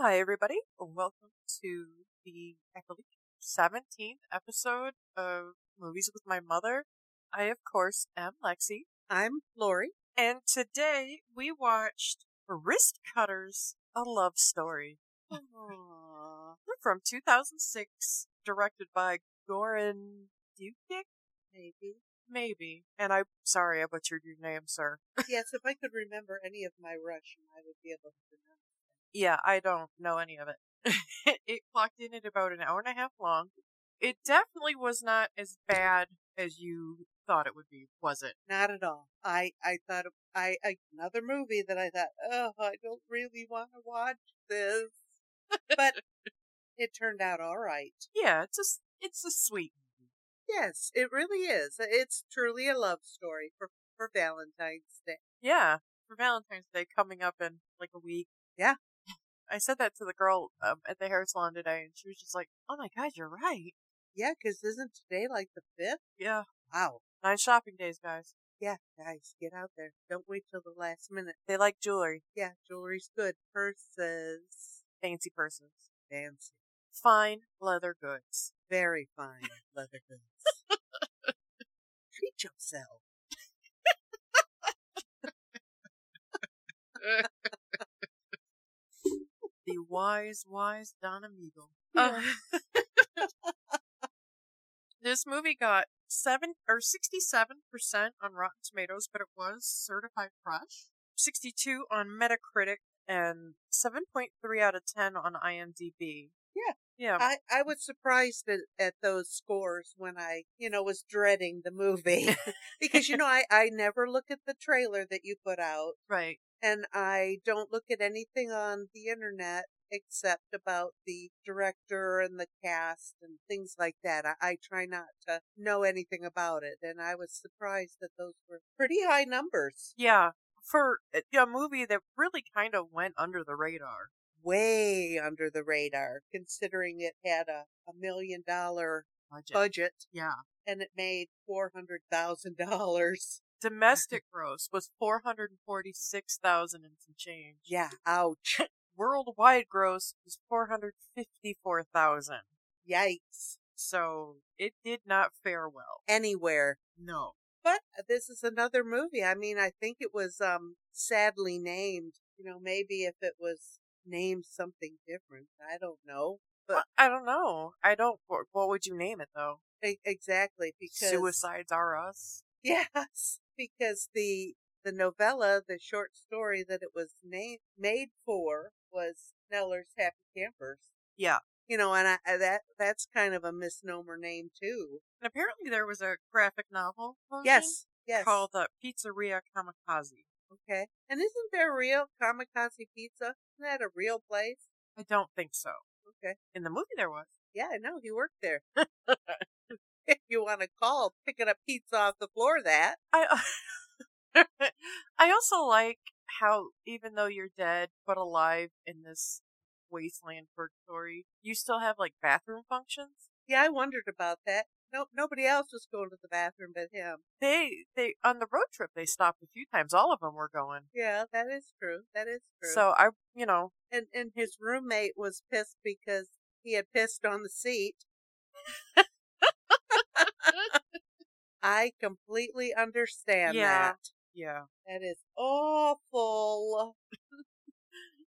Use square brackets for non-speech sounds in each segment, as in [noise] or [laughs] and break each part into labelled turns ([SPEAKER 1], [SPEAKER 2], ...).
[SPEAKER 1] Hi, everybody. Welcome to the, I believe, 17th episode of Movies with My Mother. I, of course, am Lexi.
[SPEAKER 2] I'm Lori.
[SPEAKER 1] And today we watched Wrist Cutters, A Love Story [laughs] from 2006, directed by Goran Dukic,
[SPEAKER 2] Maybe.
[SPEAKER 1] maybe. And I'm sorry I butchered your name, sir.
[SPEAKER 2] yes, if I could remember any of my Russian, I would be able to pronounce.
[SPEAKER 1] Yeah, I don't know any of it. [laughs] it clocked in at about an hour and a half long. It definitely was not as bad as you thought it would be, was it?
[SPEAKER 2] Not at all. I I thought of, I another movie that I thought, oh, I don't really want to watch this, but it turned out all right.
[SPEAKER 1] Yeah, it's just it's a sweet. movie.
[SPEAKER 2] Yes, it really is. It's truly a love story for for Valentine's Day.
[SPEAKER 1] Yeah, for Valentine's Day coming up in like a week.
[SPEAKER 2] Yeah.
[SPEAKER 1] I said that to the girl um, at the hair salon today, and she was just like, "Oh my god, you're right."
[SPEAKER 2] Yeah, because isn't today like the fifth?
[SPEAKER 1] Yeah,
[SPEAKER 2] Wow.
[SPEAKER 1] nine shopping days, guys.
[SPEAKER 2] Yeah, guys, get out there. Don't wait till the last minute.
[SPEAKER 1] They like jewelry,
[SPEAKER 2] Yeah, jewelry's good. Purses,
[SPEAKER 1] fancy persons,
[SPEAKER 2] fancy.
[SPEAKER 1] fine leather goods.
[SPEAKER 2] very fine leather goods. Treat yourself.
[SPEAKER 1] The wise, wise Don Amigo. [laughs] this movie got seven or sixty-seven percent on Rotten Tomatoes, but it was certified fresh. Sixty-two on Metacritic and seven point three out of ten on IMDb.
[SPEAKER 2] Yeah. Uh,
[SPEAKER 1] yeah.
[SPEAKER 2] I, I was surprised at, at those scores when I, you know, was dreading the movie [laughs] because, you know, I, I never look at the trailer that you put out
[SPEAKER 1] right.
[SPEAKER 2] and I don't look at anything on the internet except about the director and the cast and things like that. I, I try not to know anything about it. And I was surprised that those were pretty high numbers.
[SPEAKER 1] Yeah, for uh, a movie that really kind of went under the radar.
[SPEAKER 2] way under the radar, considering it had a, a million dollar
[SPEAKER 1] Budget.
[SPEAKER 2] budget
[SPEAKER 1] yeah.
[SPEAKER 2] and it made four hundred thousand dollars.
[SPEAKER 1] Domestic gross was four hundred and forty-six thousand and some change.
[SPEAKER 2] Yeah, ouch!
[SPEAKER 1] Worldwide gross was four hundred fifty-four thousand.
[SPEAKER 2] Yikes!
[SPEAKER 1] So it did not fare well.
[SPEAKER 2] Anywhere,
[SPEAKER 1] No.
[SPEAKER 2] but uh, this is another movie. I mean, I think it was um sadly named. You know, maybe if it was named something different, I don't know But-
[SPEAKER 1] I I don't know. I don't. wh- What would you name it though?
[SPEAKER 2] E- exactly because
[SPEAKER 1] Suicides are us.
[SPEAKER 2] Yes, because the the novella, the short story that it was named made for was Kneller's Happy Campers.
[SPEAKER 1] Yeah.
[SPEAKER 2] You know, and I, I- that that's kind of a misnomer name too.
[SPEAKER 1] And apparently there was a graphic novel. version
[SPEAKER 2] Yes, yes.
[SPEAKER 1] Called uh, Pizzeria Kamikaze.
[SPEAKER 2] Okay. And isn't there a real Kamikaze Pizza? Isn't that a real place?
[SPEAKER 1] I don't think so.
[SPEAKER 2] Okay.
[SPEAKER 1] In the movie there was.
[SPEAKER 2] Yeah, I know he worked there. if you want to call picking up pizza off the floor, that
[SPEAKER 1] I. uh, [laughs] I also like how even though you're dead but alive in this wasteland purgatory, you still have like bathroom functions.
[SPEAKER 2] yeah, I wondered about that. No, nobody else was going to the bathroom but him.
[SPEAKER 1] They they on the road trip they stopped a few times. All of them were going.
[SPEAKER 2] Yeah, that is true. That is true.
[SPEAKER 1] So I, you know,
[SPEAKER 2] and and his roommate was pissed because he had pissed on the seat. I completely understand
[SPEAKER 1] Yeah.
[SPEAKER 2] that.
[SPEAKER 1] yeah.
[SPEAKER 2] That is awful.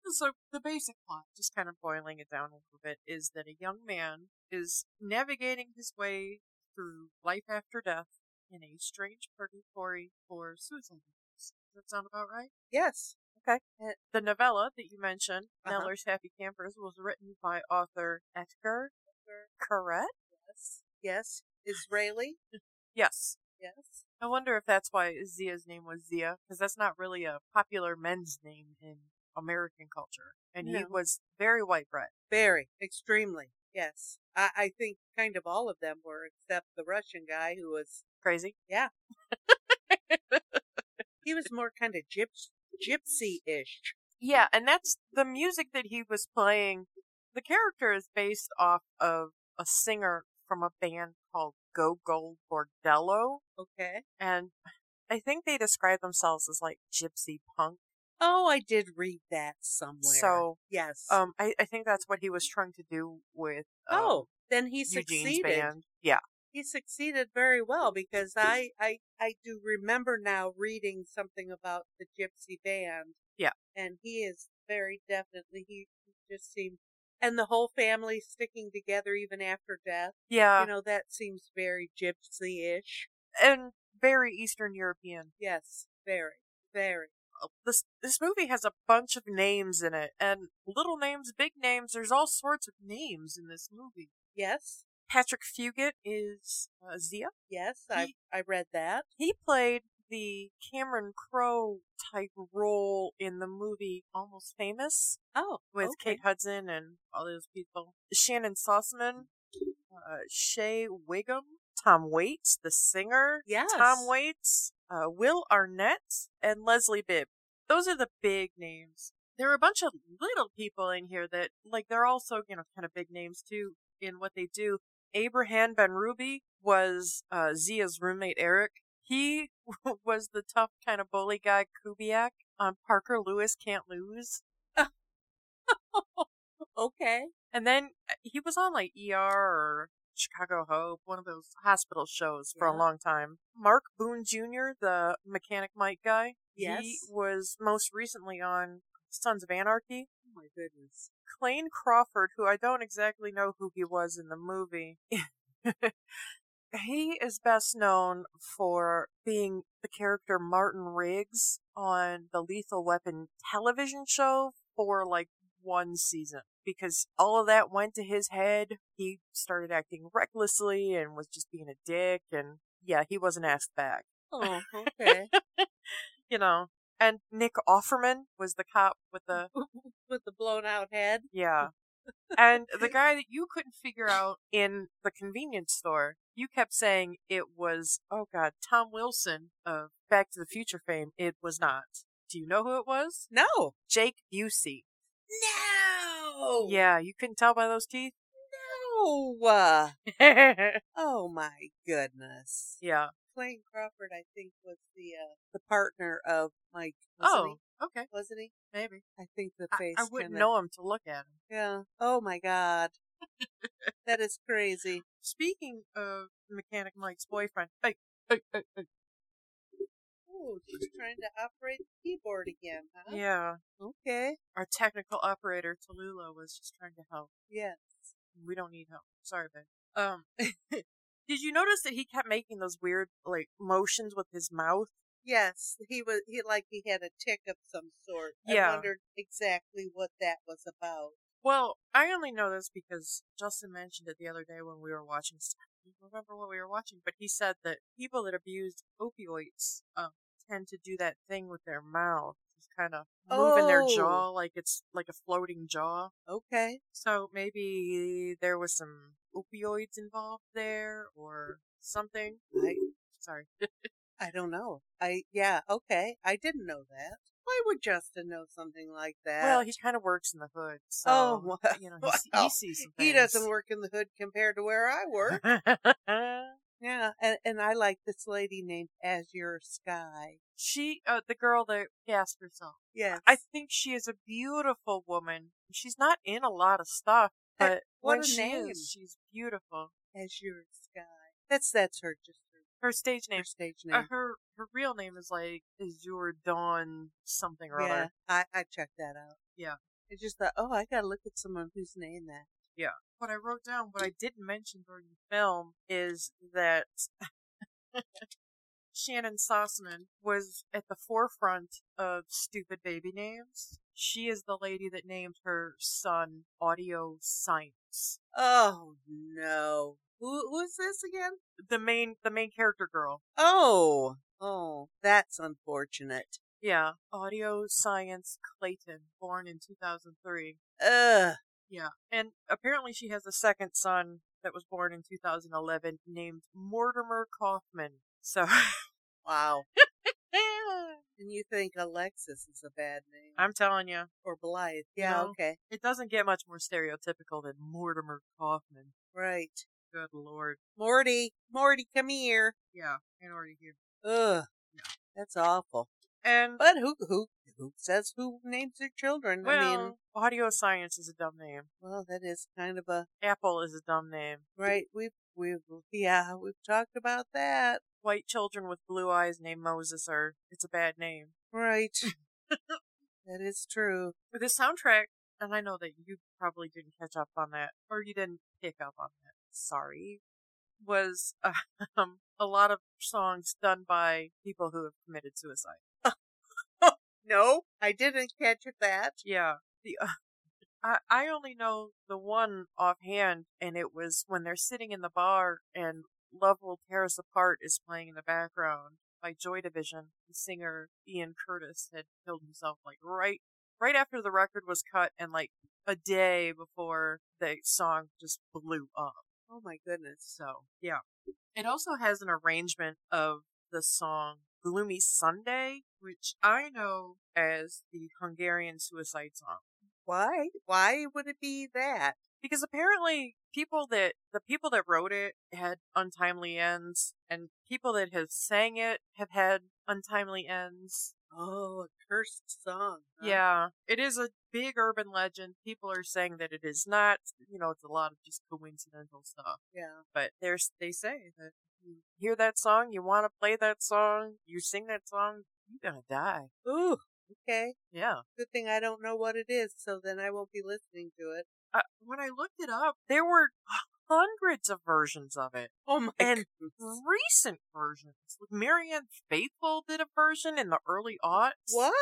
[SPEAKER 1] So the basic plot, just kind of boiling it down a little bit, is that a young man is navigating his way through life after death in a strange purgatory for suicide victims. Does that sound about right? Eh,
[SPEAKER 2] Yes.
[SPEAKER 1] The novella that you mentioned,
[SPEAKER 2] Uh-huh.
[SPEAKER 1] Neller's Happy Campers, was written by author Edgar Corret.
[SPEAKER 2] Yes. Yes. Israeli.
[SPEAKER 1] Yes.
[SPEAKER 2] Yes.
[SPEAKER 1] I wonder if that's why Zia's name was Zia, because that's not really a popular men's name in American culture. And he
[SPEAKER 2] No.
[SPEAKER 1] was very white bread.
[SPEAKER 2] Very. Extremely. Yes. I, I think kind of all of them were except the Russian guy who was
[SPEAKER 1] Crazy?
[SPEAKER 2] he was more kind of gyps gypsy ish.
[SPEAKER 1] Yeah, and that's the music that he was playing. The character is based off of a singer from a band called Go Gold Bordello,
[SPEAKER 2] Okay.
[SPEAKER 1] and I think they describe themselves as like gypsy punk.
[SPEAKER 2] Oh, I did read that somewhere.
[SPEAKER 1] So,
[SPEAKER 2] yes.
[SPEAKER 1] Um, I, I think that's what he was trying to do with um,
[SPEAKER 2] oh, then he
[SPEAKER 1] Eugene's
[SPEAKER 2] succeeded.
[SPEAKER 1] band. Yeah,
[SPEAKER 2] He succeeded very well because I, I I do remember now reading something about the Gypsy Band.
[SPEAKER 1] Yeah.
[SPEAKER 2] and he is very definitely he just seemed and the whole family sticking together even after death.
[SPEAKER 1] yeah,
[SPEAKER 2] you know that seems very Gypsy-ish.
[SPEAKER 1] and very Eastern European. Uh,
[SPEAKER 2] Yes, very, very.
[SPEAKER 1] This this movie has a bunch of names in it, and little names, big names. There's all sorts of names in this movie.
[SPEAKER 2] Yes,
[SPEAKER 1] Patrick Fugit is uh, Zia.
[SPEAKER 2] yes. I
[SPEAKER 1] He-
[SPEAKER 2] I read that.
[SPEAKER 1] He played the Cameron Crowe type role in the movie Almost Famous
[SPEAKER 2] Oh,
[SPEAKER 1] with
[SPEAKER 2] okay.
[SPEAKER 1] Kate Hudson and all those people. Shannon Sossaman, uh, Shay Wiggum, Tom Waits, the singer.
[SPEAKER 2] Yes.
[SPEAKER 1] Tom Waits, uh, Will Arnett, and Leslie Bibb. Those are the big names. There are a bunch of little people in here that, like, they're also, you know, kind of big names too in what they do. Abraham Ben Ruby was uh, Zia's roommate, Eric. He [laughs] was the tough kind of bully guy, Kubiak, on Parker Lewis Can't Lose.
[SPEAKER 2] Okay.
[SPEAKER 1] And then uh, he was on like ER or Chicago Hope, one of those hospital shows for
[SPEAKER 2] Yeah.
[SPEAKER 1] a long time. Mark Boone Jr., the mechanic Mike guy, he
[SPEAKER 2] Yes.
[SPEAKER 1] was most recently on Sons of Anarchy.
[SPEAKER 2] Oh my goodness.
[SPEAKER 1] Clayne Crawford, who I don't exactly know who he was in the movie, [laughs] he is best known for being the character Martin Riggs on the Lethal Weapon television show for like one season because all of that went to his head. He started acting recklessly and was just being a dick and yeah, he wasn't asked back
[SPEAKER 2] Oh,
[SPEAKER 1] [laughs]
[SPEAKER 2] okay.
[SPEAKER 1] you know. And Nick Offerman was the cop with
[SPEAKER 2] [laughs]
[SPEAKER 1] the
[SPEAKER 2] With the blown out head.
[SPEAKER 1] yeah. and
[SPEAKER 2] [laughs]
[SPEAKER 1] the guy that you couldn't figure out in the convenience store, you kept saying it was oh god, Tom Wilson of Back to the Future fame. It was not. Do you know who it was?
[SPEAKER 2] No.
[SPEAKER 1] Jake Busey.
[SPEAKER 2] No.
[SPEAKER 1] Yeah, you couldn't tell by those
[SPEAKER 2] [laughs]
[SPEAKER 1] teeth.
[SPEAKER 2] No. Uh,
[SPEAKER 1] yeah.
[SPEAKER 2] oh my goodness. Clayne Crawford, I think, was the uh, the partner of Mike. Wasn't
[SPEAKER 1] Oh, okay,
[SPEAKER 2] he? wasn't he?
[SPEAKER 1] maybe.
[SPEAKER 2] I think the
[SPEAKER 1] I,
[SPEAKER 2] face.
[SPEAKER 1] I wouldn't
[SPEAKER 2] kinda-
[SPEAKER 1] know him to look at him.
[SPEAKER 2] Yeah. Oh my
[SPEAKER 1] [laughs]
[SPEAKER 2] God. that is crazy.
[SPEAKER 1] Speaking of Mechanic Mike's boyfriend, hey, hey, hey, hey.
[SPEAKER 2] Oh,
[SPEAKER 1] [laughs]
[SPEAKER 2] she's trying to operate the keyboard again, huh?
[SPEAKER 1] yeah,
[SPEAKER 2] Okay.
[SPEAKER 1] our technical operator Tallulah was just trying to help.
[SPEAKER 2] Yes.
[SPEAKER 1] We don't need help. Sorry, babe. Um, [laughs] did you notice that he kept making those weird like motions with his mouth?
[SPEAKER 2] Yes, he was. He like he had a tick of some sort.
[SPEAKER 1] Yeah.
[SPEAKER 2] I wondered exactly what that was about.
[SPEAKER 1] Well, I only know this because Justin mentioned it the other day when we were watching. stuff. I don't remember what we were watching, but he said that people that abuse opioids um, tend to do that thing with their mouth, just kind of moving their
[SPEAKER 2] Oh.
[SPEAKER 1] jaw like it's like a floating jaw.
[SPEAKER 2] Okay.
[SPEAKER 1] So maybe there was some opioids involved there or something.
[SPEAKER 2] I
[SPEAKER 1] Sorry.
[SPEAKER 2] I don't know. I yeah. Okay. I didn't know that. Why would Justin know something like that?
[SPEAKER 1] Well, he kind of works in the hood, so
[SPEAKER 2] Oh, [laughs] well,
[SPEAKER 1] you know he, s-
[SPEAKER 2] well,
[SPEAKER 1] he sees some
[SPEAKER 2] he doesn't work in the hood compared to where I
[SPEAKER 1] [laughs]
[SPEAKER 2] work.
[SPEAKER 1] work.
[SPEAKER 2] yeah, and, and I like this lady named Azure Sky.
[SPEAKER 1] [laughs] she, uh, the girl that gassed herself.
[SPEAKER 2] Yes.
[SPEAKER 1] I think she is a beautiful woman. She's not in a lot of stuff,
[SPEAKER 2] Heck,
[SPEAKER 1] but
[SPEAKER 2] what
[SPEAKER 1] when
[SPEAKER 2] a
[SPEAKER 1] she
[SPEAKER 2] name.
[SPEAKER 1] is, she's beautiful.
[SPEAKER 2] Azure Sky. That's that's her just her,
[SPEAKER 1] Her stage
[SPEAKER 2] her
[SPEAKER 1] name,
[SPEAKER 2] stage name.
[SPEAKER 1] uh, her her real name is like Azure Dawn something or
[SPEAKER 2] yeah,
[SPEAKER 1] other.
[SPEAKER 2] I I checked that out.
[SPEAKER 1] Yeah.
[SPEAKER 2] I just thought, oh, I gotta look at someone who's named that.
[SPEAKER 1] What I wrote down, what I didn't mention during the film, is that Shannon Sossman was at the forefront of stupid baby names. She is the lady that named her son Audio Science.
[SPEAKER 2] Oh no. Who who's this again?
[SPEAKER 1] The main the main character girl.
[SPEAKER 2] Oh. Oh, that's unfortunate.
[SPEAKER 1] Yeah, Audio Science Clayton, born in 2003.
[SPEAKER 2] Ugh.
[SPEAKER 1] Yeah, and apparently she has a second son that was born in 2011 named Mortimer Kaufman. So [laughs]
[SPEAKER 2] [laughs] Wow. And you think Alexis is a bad name.
[SPEAKER 1] I'm telling you,
[SPEAKER 2] or Blythe. Yeah,
[SPEAKER 1] No.
[SPEAKER 2] okay.
[SPEAKER 1] it doesn't get much more stereotypical than Mortimer Kaufman.
[SPEAKER 2] Right.
[SPEAKER 1] Good lord.
[SPEAKER 2] Morty. Morty, come here.
[SPEAKER 1] Yeah, I already hear.
[SPEAKER 2] Ugh. That's awful.
[SPEAKER 1] And
[SPEAKER 2] But who who who says who names their children?
[SPEAKER 1] Well,
[SPEAKER 2] I mean,
[SPEAKER 1] audio science is a dumb name.
[SPEAKER 2] well, that is kind of a
[SPEAKER 1] Apple is a dumb name.
[SPEAKER 2] right. We've we've yeah we've talked about that.
[SPEAKER 1] White children with blue eyes named Moses are it's a bad name.
[SPEAKER 2] [laughs] Right. that is true.
[SPEAKER 1] But the soundtrack, and I know that you probably didn't catch up on that, or you didn't pick up on that. Sorry, was [laughs] uh, um, a lot of songs done by people who have committed suicide.
[SPEAKER 2] No, I didn't catch that.
[SPEAKER 1] Yeah. The uh, I I only know the one offhand, and it was when they're sitting in the bar and "Love Will Tear Us Apart" is playing in the background by Joy Division. The singer Ian Curtis had killed himself like right right after the record was cut, and like a day before the song just blew up.
[SPEAKER 2] Oh my goodness.
[SPEAKER 1] So yeah, it also has an arrangement of the song "Gloomy Sunday," which I know as the Hungarian suicide song
[SPEAKER 2] Why? Why would it be that?
[SPEAKER 1] because apparently people that the people that wrote it had untimely ends, and people that have sang it have had untimely ends.
[SPEAKER 2] Oh, a cursed song. huh?
[SPEAKER 1] Yeah, it is a big urban legend. People are saying that it is not. You know, it's a lot of just coincidental stuff.
[SPEAKER 2] Yeah.
[SPEAKER 1] but there's they say that you hear that song, you want to play that song, you sing that song, you're gonna die.
[SPEAKER 2] Ooh. Okay.
[SPEAKER 1] Yeah.
[SPEAKER 2] Good thing I don't know what it is, so then I won't be listening to it.
[SPEAKER 1] I, uh, when I looked it up, there were hundreds of versions of it,
[SPEAKER 2] Oh my
[SPEAKER 1] and
[SPEAKER 2] goodness.
[SPEAKER 1] recent versions. Marianne Faithful did a version in the early aughts.
[SPEAKER 2] What?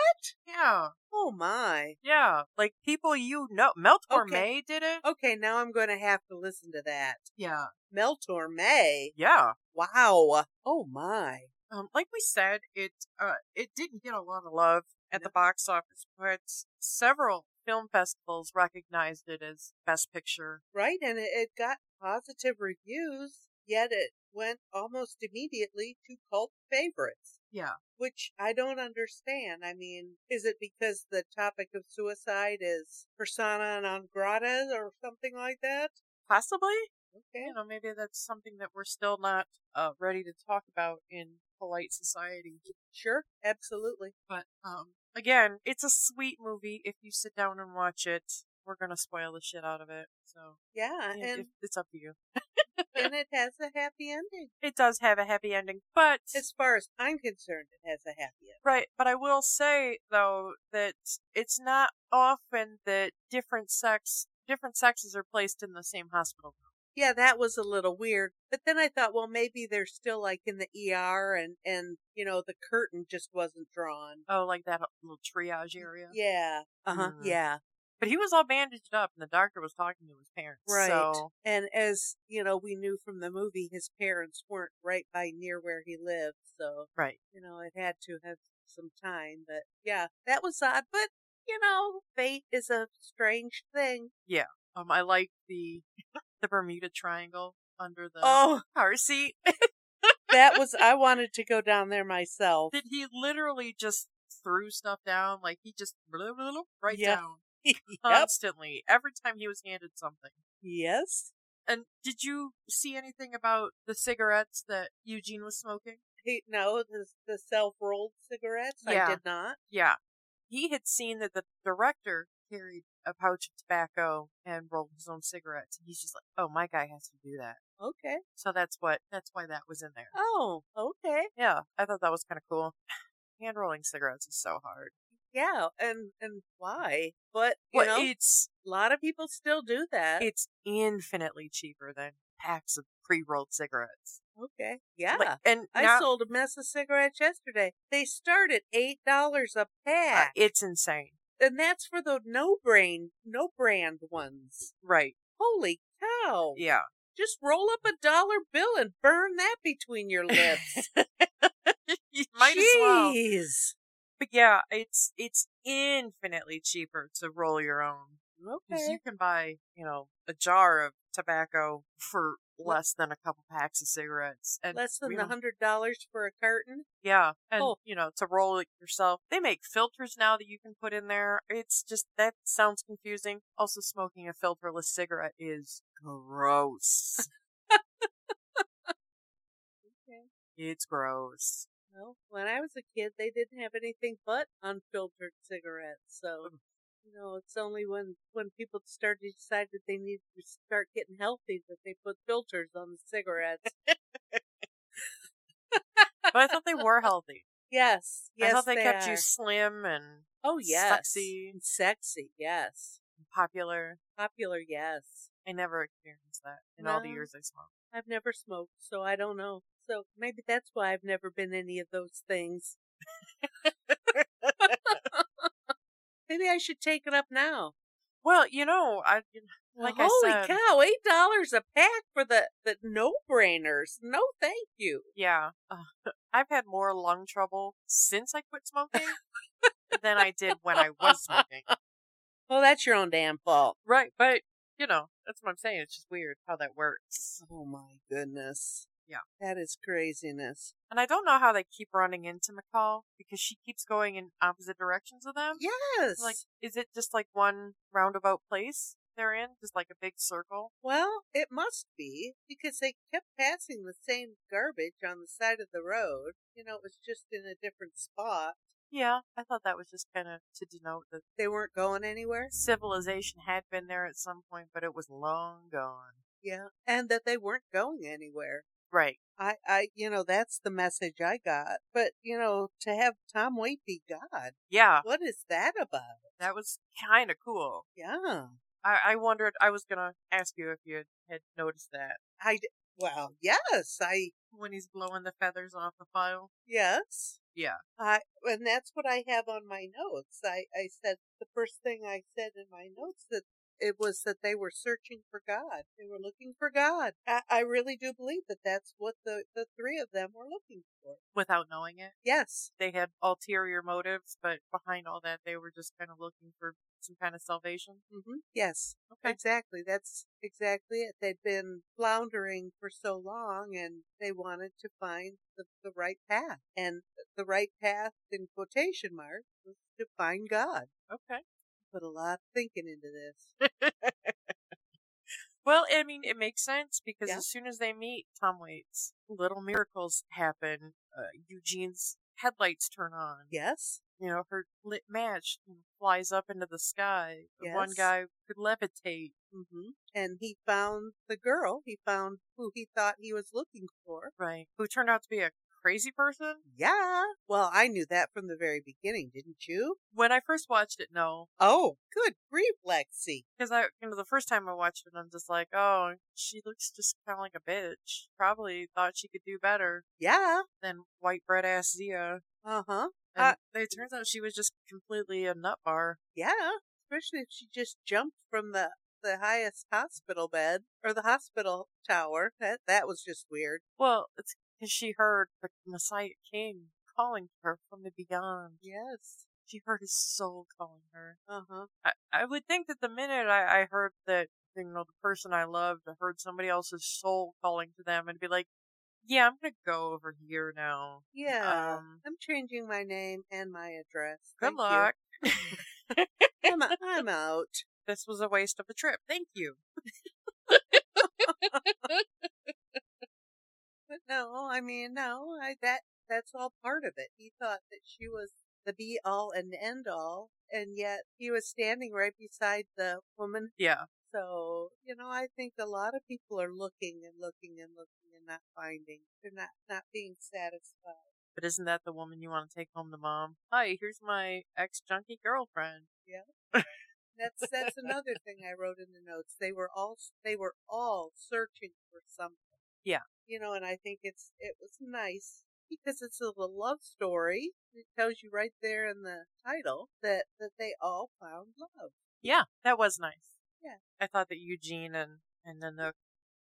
[SPEAKER 1] Yeah,
[SPEAKER 2] Oh my.
[SPEAKER 1] yeah. Like people you know, Mel Torme
[SPEAKER 2] Okay.
[SPEAKER 1] did it.
[SPEAKER 2] Okay, now I'm going to have to listen to that.
[SPEAKER 1] Yeah,
[SPEAKER 2] Mel Torme.
[SPEAKER 1] yeah.
[SPEAKER 2] Wow. Oh my.
[SPEAKER 1] Um, like we said, it uh, it didn't get a lot of love at the
[SPEAKER 2] No.
[SPEAKER 1] box office, but several film festivals recognized it as Best Picture.
[SPEAKER 2] Right, and it, it got positive reviews, yet it went almost immediately to cult favorites.
[SPEAKER 1] Yeah.
[SPEAKER 2] Which I don't understand. I mean, is it because the topic of suicide is persona non grata or something like that?
[SPEAKER 1] Possibly,
[SPEAKER 2] Okay.
[SPEAKER 1] you know, maybe that's something that we're still not uh, ready to talk about in polite society.
[SPEAKER 2] Sure. Absolutely.
[SPEAKER 1] But um, again, it's a sweet movie. If you sit down and watch it, we're gonna spoil the shit out of it. So
[SPEAKER 2] Yeah.
[SPEAKER 1] it-
[SPEAKER 2] Uh, And,
[SPEAKER 1] it's up to you.
[SPEAKER 2] [laughs] and it has a happy ending.
[SPEAKER 1] It does have a happy ending, but
[SPEAKER 2] As far as I'm concerned, it has a happy ending.
[SPEAKER 1] Right, but I will say though that it's not often that different sex different sexes are placed in the same hospital.
[SPEAKER 2] yeah, that was a little weird. But then I thought, well, maybe they're still like in the ER and, and, you know, the curtain just wasn't drawn.
[SPEAKER 1] Oh, like that little triage area.
[SPEAKER 2] Yeah. Uh-huh.
[SPEAKER 1] Mm.
[SPEAKER 2] Yeah.
[SPEAKER 1] But he was all bandaged up, and the doctor was talking to his parents.
[SPEAKER 2] Right.
[SPEAKER 1] So,
[SPEAKER 2] And as, you know, we knew from the movie, his parents weren't right by near where he lived. So,
[SPEAKER 1] right.
[SPEAKER 2] you know, it had to have some time. But yeah, that was odd. But, you know, fate is a strange thing.
[SPEAKER 1] Um, I like the [laughs] the Bermuda Triangle under the
[SPEAKER 2] Oh,
[SPEAKER 1] car seat.
[SPEAKER 2] that was, I wanted to go down there myself.
[SPEAKER 1] Did he literally just threw stuff down? Like he just blah, blah, blah, right
[SPEAKER 2] Yeah.
[SPEAKER 1] down [laughs]
[SPEAKER 2] yep.
[SPEAKER 1] constantly every time he was handed something.
[SPEAKER 2] Yes.
[SPEAKER 1] And did you see anything about the cigarettes that Eugene was smoking?
[SPEAKER 2] He, no, the, the self rolled cigarettes.
[SPEAKER 1] Yeah.
[SPEAKER 2] I did not.
[SPEAKER 1] Yeah. He had seen that the director carried a pouch of tobacco and rolled his own cigarettes. He's just like, oh, my guy has to do that.
[SPEAKER 2] Okay.
[SPEAKER 1] So that's what, that's why that was in there.
[SPEAKER 2] Oh, okay.
[SPEAKER 1] Yeah. I thought that was kind of cool. [sighs] Hand rolling cigarettes is so hard.
[SPEAKER 2] Yeah, and and why? But you
[SPEAKER 1] Well,
[SPEAKER 2] know,
[SPEAKER 1] it's,
[SPEAKER 2] a lot of people still do that.
[SPEAKER 1] it's infinitely cheaper than packs of pre rolled cigarettes.
[SPEAKER 2] okay. Yeah.
[SPEAKER 1] Like, and
[SPEAKER 2] I
[SPEAKER 1] now, uh,
[SPEAKER 2] sold a mess of cigarettes yesterday. They start at eight dollars a
[SPEAKER 1] uh,
[SPEAKER 2] pack,
[SPEAKER 1] it's insane.
[SPEAKER 2] and that's for the no brain, no brand ones.
[SPEAKER 1] Right.
[SPEAKER 2] Holy cow!
[SPEAKER 1] Yeah.
[SPEAKER 2] Just roll up a dollar bill and burn that between [laughs] your lips.
[SPEAKER 1] you [laughs] might as well.
[SPEAKER 2] Jeez.
[SPEAKER 1] But yeah, it's it's infinitely cheaper to roll your own because
[SPEAKER 2] Okay.
[SPEAKER 1] you can buy you know a jar of tobacco for less than a couple packs of cigarettes and
[SPEAKER 2] Less than
[SPEAKER 1] we
[SPEAKER 2] the
[SPEAKER 1] don't-
[SPEAKER 2] hundred dollars for a carton.
[SPEAKER 1] yeah and
[SPEAKER 2] Oh.
[SPEAKER 1] you know to roll it yourself they make filters now that you can put in there it's just that sounds confusing also smoking a filterless cigarette is
[SPEAKER 2] [laughs]
[SPEAKER 1] gross
[SPEAKER 2] Okay.
[SPEAKER 1] it's gross
[SPEAKER 2] Well, when I was a kid, they didn't have anything but unfiltered cigarettes. So, you know, it's only when when people started to decide that they needed to start getting healthy that they put filters on the cigarettes.
[SPEAKER 1] But I thought they were healthy.
[SPEAKER 2] yes, yes,
[SPEAKER 1] I thought they, kept
[SPEAKER 2] are.
[SPEAKER 1] you slim and
[SPEAKER 2] Oh yes,
[SPEAKER 1] sexy.
[SPEAKER 2] And sexy. Yes,
[SPEAKER 1] popular.
[SPEAKER 2] popular. Yes,
[SPEAKER 1] I never experienced that in all the
[SPEAKER 2] No.
[SPEAKER 1] years I smoked.
[SPEAKER 2] I've never smoked, so I don't know. So maybe that's why I've never been any of those things. [laughs] maybe I should take it up now.
[SPEAKER 1] Well, you know, I like I
[SPEAKER 2] Holy
[SPEAKER 1] said,
[SPEAKER 2] cow, eight dollars a pack for the, the no brainers. No thank you.
[SPEAKER 1] yeah, uh, [laughs] I've had more lung trouble since I quit smoking than I did when I was smoking.
[SPEAKER 2] Well that's your own damn fault.
[SPEAKER 1] Right, but you know, that's what I'm saying. It's just weird how that works.
[SPEAKER 2] Oh my goodness.
[SPEAKER 1] Yeah.
[SPEAKER 2] That is craziness.
[SPEAKER 1] And I don't know how they keep running into McCall because she keeps going in opposite directions of them.
[SPEAKER 2] Yes.
[SPEAKER 1] Like, is it just like one roundabout place they're in? Just like a big circle?
[SPEAKER 2] well, it must be because they kept passing the same garbage on the side of the road. You know, it was just in a different spot.
[SPEAKER 1] Yeah, I thought that was just kind of to denote that
[SPEAKER 2] They weren't going anywhere.
[SPEAKER 1] civilization had been there at some point, but it was long gone.
[SPEAKER 2] Yeah. And that they weren't going anywhere.
[SPEAKER 1] Right.
[SPEAKER 2] I, I, you know, that's the message I got. But, you know, to have Tom Waite be God,
[SPEAKER 1] Yeah,
[SPEAKER 2] what is that about?
[SPEAKER 1] that was kind of cool.
[SPEAKER 2] Yeah.
[SPEAKER 1] I, I wondered, I was going to ask you if you had noticed that
[SPEAKER 2] I, d- well, yes, I,
[SPEAKER 1] when he's blowing the feathers off the file.
[SPEAKER 2] yes.
[SPEAKER 1] Yeah.
[SPEAKER 2] I, and that's what I have on my notes. I, I said the first thing I said in my notes that it was that they were searching for God. They were looking for God. I, I really do believe that that's what the, the three of them were looking for.
[SPEAKER 1] without knowing it.
[SPEAKER 2] Yes.
[SPEAKER 1] They had ulterior motives, but behind all that, they were just kind of looking for some kind of salvation.
[SPEAKER 2] hmm Yes,
[SPEAKER 1] Okay.
[SPEAKER 2] exactly. That's exactly it. They'd been floundering for so long and they wanted to find the, the right path. And the right path, in quotation marks, was to find God.
[SPEAKER 1] Okay.
[SPEAKER 2] Put a lot of thinking into this.
[SPEAKER 1] Well, I mean, it makes sense because
[SPEAKER 2] Yeah.
[SPEAKER 1] as soon as they meet Tom Waits, little miracles happen. Uh, Eugene's headlights turn on.
[SPEAKER 2] yes,
[SPEAKER 1] You know, her lit match flies up into the sky. The One
[SPEAKER 2] Yes.
[SPEAKER 1] guy could levitate.
[SPEAKER 2] hmm and he found the girl. He found who he thought he was looking for.
[SPEAKER 1] Right. Who turned out to be a crazy person.
[SPEAKER 2] Yeah. Well, I knew that from the very beginning, didn't you?
[SPEAKER 1] When I first watched it, no.
[SPEAKER 2] Oh, good grief, Lexi.
[SPEAKER 1] Because I, you know, the first time I watched it, I'm just like, oh, she looks just kind of like a bitch. Probably thought she could do better
[SPEAKER 2] Yeah.
[SPEAKER 1] than white bread ass Zia.
[SPEAKER 2] Uh huh.
[SPEAKER 1] And it turns out she was just completely a nut bar.
[SPEAKER 2] Yeah, especially if she just jumped from the the highest hospital bed or the hospital tower. That that was just weird.
[SPEAKER 1] Well, it's because she heard the Messiah King calling her from the beyond.
[SPEAKER 2] Yes.
[SPEAKER 1] She heard his soul calling her.
[SPEAKER 2] Uh huh.
[SPEAKER 1] I, I would think that the minute I, I heard that, you know, the person I loved I heard somebody else's soul calling to them and be like, yeah, I'm going to go over here now.
[SPEAKER 2] Yeah.
[SPEAKER 1] Um,
[SPEAKER 2] I'm changing my name and my address.
[SPEAKER 1] Good
[SPEAKER 2] Thank you.
[SPEAKER 1] luck. [laughs]
[SPEAKER 2] I'm, o- I'm out.
[SPEAKER 1] This was a waste of a trip. Thank you.
[SPEAKER 2] But no, I mean no. I that that's all part of it. He thought that she was the be all and end all, and yet he was standing right beside the woman
[SPEAKER 1] Yeah.
[SPEAKER 2] So, you know, I think a lot of people are looking and looking and looking and not finding. They're not, not being satisfied.
[SPEAKER 1] But isn't that the woman you want to take home to mom? Hi, here's my ex junkie girlfriend.
[SPEAKER 2] That's,
[SPEAKER 1] [laughs]
[SPEAKER 2] that's another thing I wrote in the notes. They were all, they were all searching for something.
[SPEAKER 1] Yeah.
[SPEAKER 2] You know, and I think it's, it was nice because it's a little love story. It tells you right there in the title that, that they all found love.
[SPEAKER 1] Yeah, that was nice.
[SPEAKER 2] Yeah.
[SPEAKER 1] I thought that Eugene and, and Nanook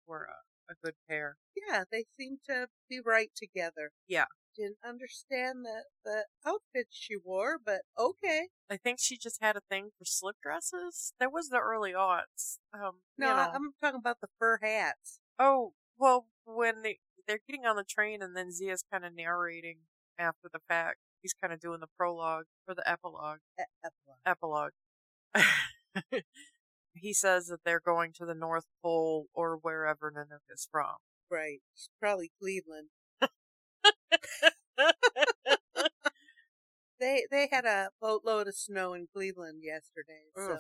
[SPEAKER 1] were a, a good pair.
[SPEAKER 2] Yeah, they seemed to be right together.
[SPEAKER 1] Yeah.
[SPEAKER 2] Didn't understand the, the outfit she wore, but okay.
[SPEAKER 1] I think she just had a thing for slip dresses. That was the early aughts. Um,
[SPEAKER 2] No,
[SPEAKER 1] you
[SPEAKER 2] I-
[SPEAKER 1] know.
[SPEAKER 2] I'm talking about the fur hats.
[SPEAKER 1] oh, well, when they, they're getting on the train and then Zia's kind of narrating after the fact. He's kind of doing the prologue or the epilogue.
[SPEAKER 2] E- epilogue.
[SPEAKER 1] epilogue. [laughs] he says that they're going to the North Pole or wherever Nanook is from.
[SPEAKER 2] Right. It's probably Cleveland. [laughs] They they had a boatload of snow in Cleveland yesterday, so
[SPEAKER 1] Oof.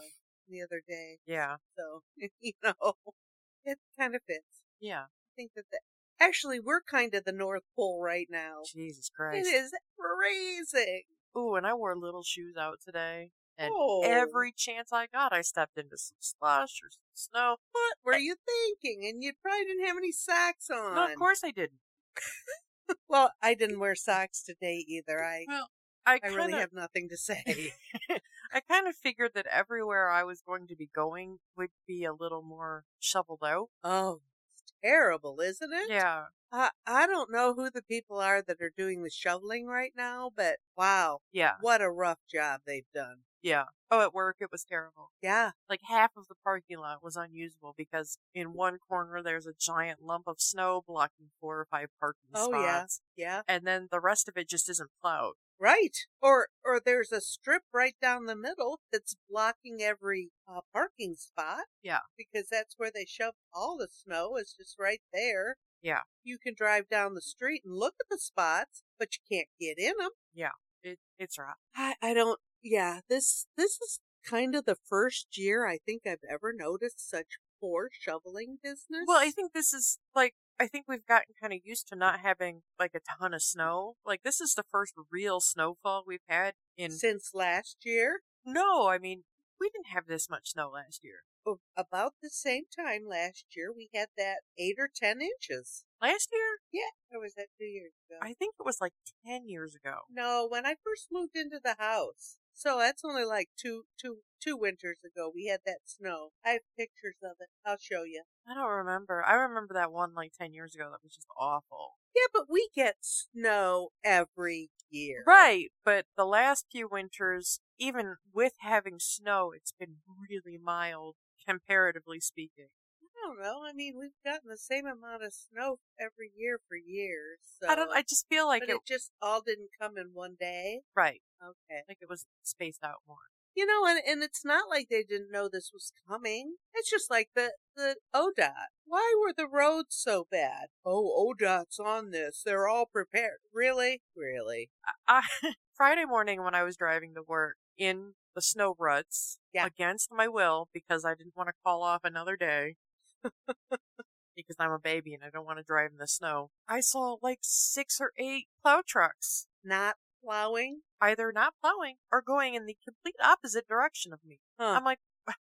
[SPEAKER 2] the other day.
[SPEAKER 1] Yeah.
[SPEAKER 2] So [laughs] you know, it kind of fits.
[SPEAKER 1] Yeah.
[SPEAKER 2] I think that the, actually we're kind of the North Pole right now.
[SPEAKER 1] Jesus
[SPEAKER 2] It
[SPEAKER 1] Christ.
[SPEAKER 2] is freezing.
[SPEAKER 1] Ooh, and I wore little shoes out today. And
[SPEAKER 2] oh,
[SPEAKER 1] Every chance I got, I stepped into some slush or some snow.
[SPEAKER 2] what were you thinking? And you probably didn't have any socks on.
[SPEAKER 1] No, of course I didn't.
[SPEAKER 2] Well, I didn't wear socks today either. I
[SPEAKER 1] Well, I
[SPEAKER 2] I
[SPEAKER 1] kind of
[SPEAKER 2] really have nothing to say.
[SPEAKER 1] [laughs]
[SPEAKER 2] [laughs]
[SPEAKER 1] I kind of figured that everywhere I was going to be going would be a little more shoveled out.
[SPEAKER 2] oh, it's terrible, isn't it?
[SPEAKER 1] Yeah.
[SPEAKER 2] I, I don't know who the people are that are doing the shoveling right now, but wow,
[SPEAKER 1] Yeah.
[SPEAKER 2] what a rough job they've done.
[SPEAKER 1] Yeah. Oh, at work it was terrible.
[SPEAKER 2] Yeah.
[SPEAKER 1] Like half of the parking lot was unusable because in one corner there's a giant lump of snow blocking four or five parking
[SPEAKER 2] Oh, yeah.
[SPEAKER 1] spots.
[SPEAKER 2] Yeah.
[SPEAKER 1] And then the rest of it just isn't plowed.
[SPEAKER 2] Right. Or or there's a strip right down the middle that's blocking every uh, parking spot.
[SPEAKER 1] Yeah.
[SPEAKER 2] Because that's where they shove all the snow. It's just right there.
[SPEAKER 1] Yeah.
[SPEAKER 2] You can drive down the street and look at the spots, but you can't get in them.
[SPEAKER 1] It, it's rough.
[SPEAKER 2] I, I don't. Yeah. This this is kind of the first year I think I've ever noticed such poor shoveling business.
[SPEAKER 1] Well, I think this is like, I think we've gotten kind of used to not having like a ton of snow. Like, this is the first real snowfall we've had in.
[SPEAKER 2] since last year,
[SPEAKER 1] No, I mean, we didn't have this much snow last year.
[SPEAKER 2] o- about the same time last year, we had that eight or ten inches.
[SPEAKER 1] Last year?
[SPEAKER 2] Yeah, or was that two years ago?
[SPEAKER 1] I think it was like 10 years ago.
[SPEAKER 2] no, when I first moved into the house. So that's only like two, two, two winters ago. We had that snow. I have pictures of it. I'll show you.
[SPEAKER 1] I don't remember. I remember that one like 10 years ago that was just awful.
[SPEAKER 2] Yeah, but we get snow every year.
[SPEAKER 1] Right, but the last few winters, even with having snow, it's been really mild, comparatively speaking.
[SPEAKER 2] I don't know. I mean, we've gotten the same amount of snow every year for years. So
[SPEAKER 1] I don't, I just feel like
[SPEAKER 2] but
[SPEAKER 1] it,
[SPEAKER 2] it just all didn't come in one day.
[SPEAKER 1] right,
[SPEAKER 2] Okay.
[SPEAKER 1] like it was spaced out more.
[SPEAKER 2] You know, and, and it's not like they didn't know this was coming. It's just like the, the ODOT. Why were the roads so bad? Oh, ODOT's on this. They're all prepared. Really? Really?
[SPEAKER 1] I, [laughs] Friday morning when I was driving to work in the snow ruts
[SPEAKER 2] Yeah.
[SPEAKER 1] against my will because I didn't want to call off another day [laughs] because I'm a baby and I don't want to drive in the snow. I saw like six or eight plow trucks
[SPEAKER 2] Not plowing?
[SPEAKER 1] either not plowing or going in the complete opposite direction of me.
[SPEAKER 2] Huh.
[SPEAKER 1] I'm like,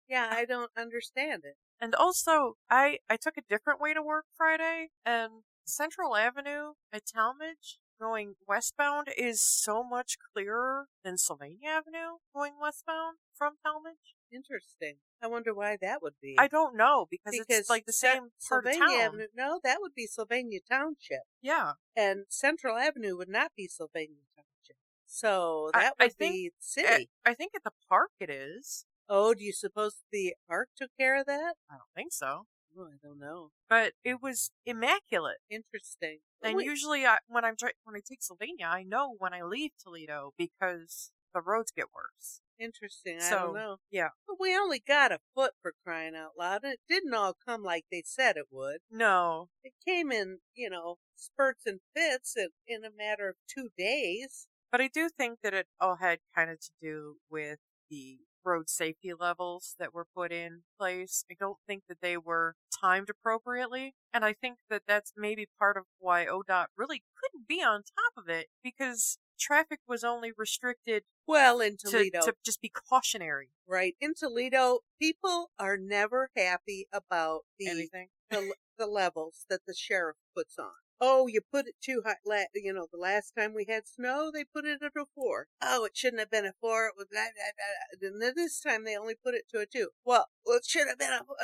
[SPEAKER 2] yeah, I don't understand it.
[SPEAKER 1] and also I I took a different way to work Friday and Central Avenue at Talmadge going westbound is so much clearer than Sylvania Avenue going westbound from Talmadge.
[SPEAKER 2] Interesting. I wonder why that would be.
[SPEAKER 1] I don't know because, it's like the
[SPEAKER 2] Syn-
[SPEAKER 1] same part of town.
[SPEAKER 2] Sylvania Avenue, no, that would be Sylvania Township.
[SPEAKER 1] Yeah.
[SPEAKER 2] And Central Avenue would not be Sylvania Township. So
[SPEAKER 1] I-
[SPEAKER 2] that
[SPEAKER 1] I
[SPEAKER 2] would
[SPEAKER 1] think-
[SPEAKER 2] be
[SPEAKER 1] At-
[SPEAKER 2] city.
[SPEAKER 1] I think at the park it is.
[SPEAKER 2] oh, do you suppose the park took care of that?
[SPEAKER 1] I don't think so.
[SPEAKER 2] Oh, I don't know.
[SPEAKER 1] But it was immaculate.
[SPEAKER 2] Interesting.
[SPEAKER 1] And
[SPEAKER 2] Wait,
[SPEAKER 1] usually I, when I'm dri- when I take Sylvania, I know when I leave Toledo because the roads get worse.
[SPEAKER 2] interesting. I
[SPEAKER 1] So,
[SPEAKER 2] don't know.
[SPEAKER 1] yeah.
[SPEAKER 2] But we only got a foot for crying out loud. and It didn't all come like they said it would.
[SPEAKER 1] No.
[SPEAKER 2] It came in, you know, spurts and fits in, in a matter of two days.
[SPEAKER 1] But I do think that it all had kind of to do with the road safety levels that were put in place. I don't think that they were timed appropriately. And I think that that's maybe part of why ODOT really couldn't be on top of it because traffic was only restricted
[SPEAKER 2] Well, in
[SPEAKER 1] to,
[SPEAKER 2] Toledo,
[SPEAKER 1] to just be cautionary.
[SPEAKER 2] right? In Toledo, people are never happy about the
[SPEAKER 1] Anything.
[SPEAKER 2] the, the levels that the sheriff puts on. Oh, you put it too high. La- you know, the last time we had snow, they put it at a four. Oh, it shouldn't have been a four. It was blah, blah, blah. And then this time they only put it to a two. Well, well, it should have been a. Four.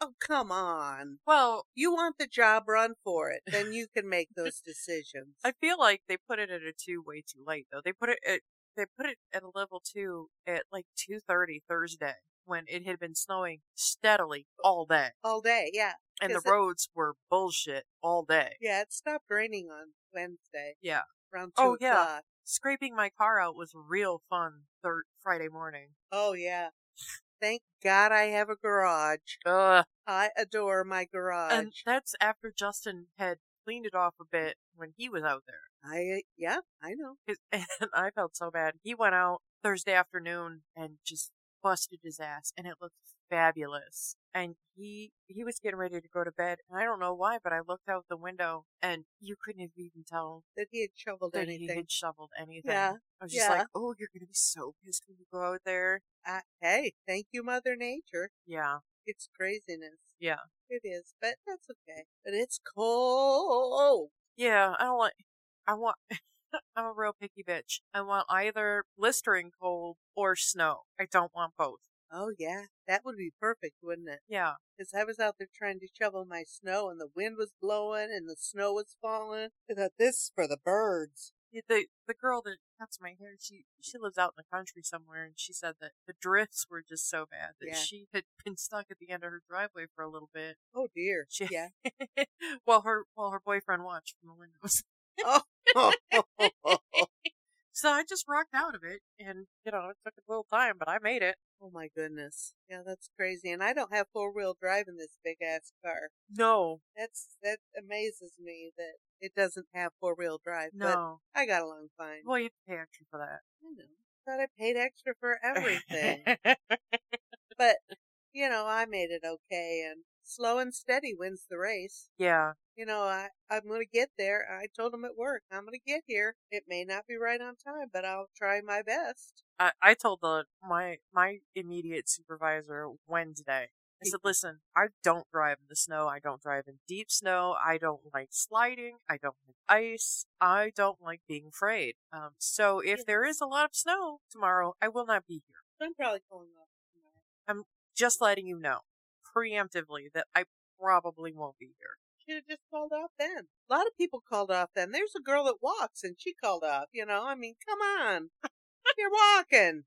[SPEAKER 2] Oh, come on.
[SPEAKER 1] Well,
[SPEAKER 2] You want the job, run for it. Then you
[SPEAKER 1] [laughs]
[SPEAKER 2] can make those decisions.
[SPEAKER 1] I feel like they put it at a two way too late though. They put it at they put it at a level two at like two thirty Thursday when it had been snowing steadily all day.
[SPEAKER 2] All day, yeah.
[SPEAKER 1] And the
[SPEAKER 2] 'Cause it-
[SPEAKER 1] roads were bullshit all day.
[SPEAKER 2] Yeah, it stopped raining on Wednesday.
[SPEAKER 1] Yeah.
[SPEAKER 2] Around two
[SPEAKER 1] Oh, yeah.
[SPEAKER 2] o'clock.
[SPEAKER 1] Scraping my car out was real fun thir- Friday morning.
[SPEAKER 2] Oh, yeah. Thank God I have a garage.
[SPEAKER 1] Ugh.
[SPEAKER 2] I adore my garage.
[SPEAKER 1] And that's after Justin had cleaned it off a bit when he was out there.
[SPEAKER 2] I yeah, I know.
[SPEAKER 1] His- [laughs] And I felt so bad. He went out Thursday afternoon and just busted his ass, and it looked fabulous. And he he was getting ready to go to bed, and I don't know why, but I looked out the window, and you couldn't even tell
[SPEAKER 2] That he had shoveled
[SPEAKER 1] that he
[SPEAKER 2] anything.
[SPEAKER 1] had shoveled anything.
[SPEAKER 2] Yeah,
[SPEAKER 1] I was just
[SPEAKER 2] yeah.
[SPEAKER 1] like, "Oh, you're gonna be so pissed when you go out there."
[SPEAKER 2] I, hey, thank you, Mother Nature.
[SPEAKER 1] Yeah,
[SPEAKER 2] It's craziness.
[SPEAKER 1] Yeah.
[SPEAKER 2] It is, but that's okay. But it's cold.
[SPEAKER 1] yeah. I don't like. I want. [laughs] I'm a real picky bitch. I want either blistering cold or snow. I don't want both.
[SPEAKER 2] Oh yeah, that would be perfect, wouldn't it?
[SPEAKER 1] Yeah,
[SPEAKER 2] Because I was out there trying to shovel my snow, and the wind was blowing, and the snow was falling. I thought this is for the birds.
[SPEAKER 1] Yeah, the the girl that cuts my hair, she she lives out in the country somewhere, and she said that the drifts were just so bad that
[SPEAKER 2] Yeah.
[SPEAKER 1] she had [laughs] been stuck at the end of her driveway for a little bit, [laughs]
[SPEAKER 2] Oh dear.
[SPEAKER 1] She-
[SPEAKER 2] Yeah.
[SPEAKER 1] while her while her boyfriend watched from the windows.
[SPEAKER 2] oh [laughs]
[SPEAKER 1] [laughs] So I just rocked out of it, and you know it took a little time, but I made it.
[SPEAKER 2] Oh, my goodness. Yeah, that's crazy. And I don't have four wheel drive in this big ass car.
[SPEAKER 1] No,
[SPEAKER 2] That's that amazes me that it doesn't have four wheel drive.
[SPEAKER 1] no.
[SPEAKER 2] but I got along fine.
[SPEAKER 1] Well, you have to pay extra for that.
[SPEAKER 2] I know. Thought I paid extra for [laughs] everything, but you know I made it okay. And slow and steady wins the race.
[SPEAKER 1] yeah,
[SPEAKER 2] You know I I'm gonna get there. I told him at work I'm gonna get here. It may not be right on time, but I'll try my best.
[SPEAKER 1] I I told the my my immediate supervisor Wednesday. I said, listen, I don't drive in the snow. I don't drive in deep snow. I don't like sliding. I don't like ice. I don't like being afraid. Um, so if there is a lot of snow tomorrow, I will not be here.
[SPEAKER 2] I'm probably calling off tomorrow.
[SPEAKER 1] Just letting you know preemptively that I probably won't be here.
[SPEAKER 2] should have just called off then. A lot of people called off then. There's a girl that walks and she called off, you know. I mean, come on. You're walking.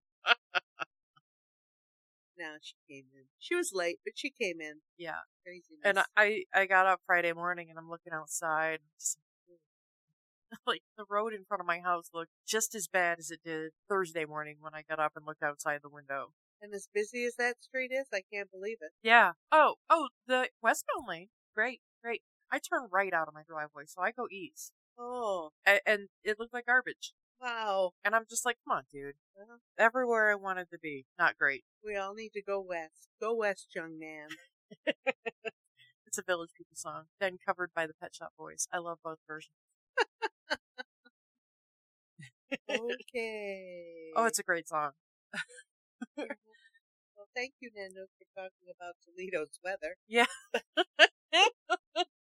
[SPEAKER 2] now she came in. She was late, but she came in.
[SPEAKER 1] Yeah.
[SPEAKER 2] Craziness.
[SPEAKER 1] And I, I got up Friday morning and I'm looking outside. Just, [laughs] like the road in front of my house looked just as bad as it did Thursday morning when I got up and looked outside the window.
[SPEAKER 2] and as busy as that street is, I can't believe it.
[SPEAKER 1] Yeah. Oh, oh, the westbound lane. Great, great. I turn right out of my driveway, so I go east,
[SPEAKER 2] Oh,
[SPEAKER 1] and, and it looked like garbage.
[SPEAKER 2] wow.
[SPEAKER 1] And I'm just like, come on, dude.
[SPEAKER 2] Well,
[SPEAKER 1] Everywhere I wanted to be, not great.
[SPEAKER 2] we all need to go west. Go west, young
[SPEAKER 1] [laughs]
[SPEAKER 2] man.
[SPEAKER 1] It's a Village People song, then covered by the Pet Shop Boys. I love both versions.
[SPEAKER 2] Okay.
[SPEAKER 1] Oh, it's a great song.
[SPEAKER 2] Well, thank you, Nando, for talking about Toledo's weather. [laughs]
[SPEAKER 1] Yeah.
[SPEAKER 2] but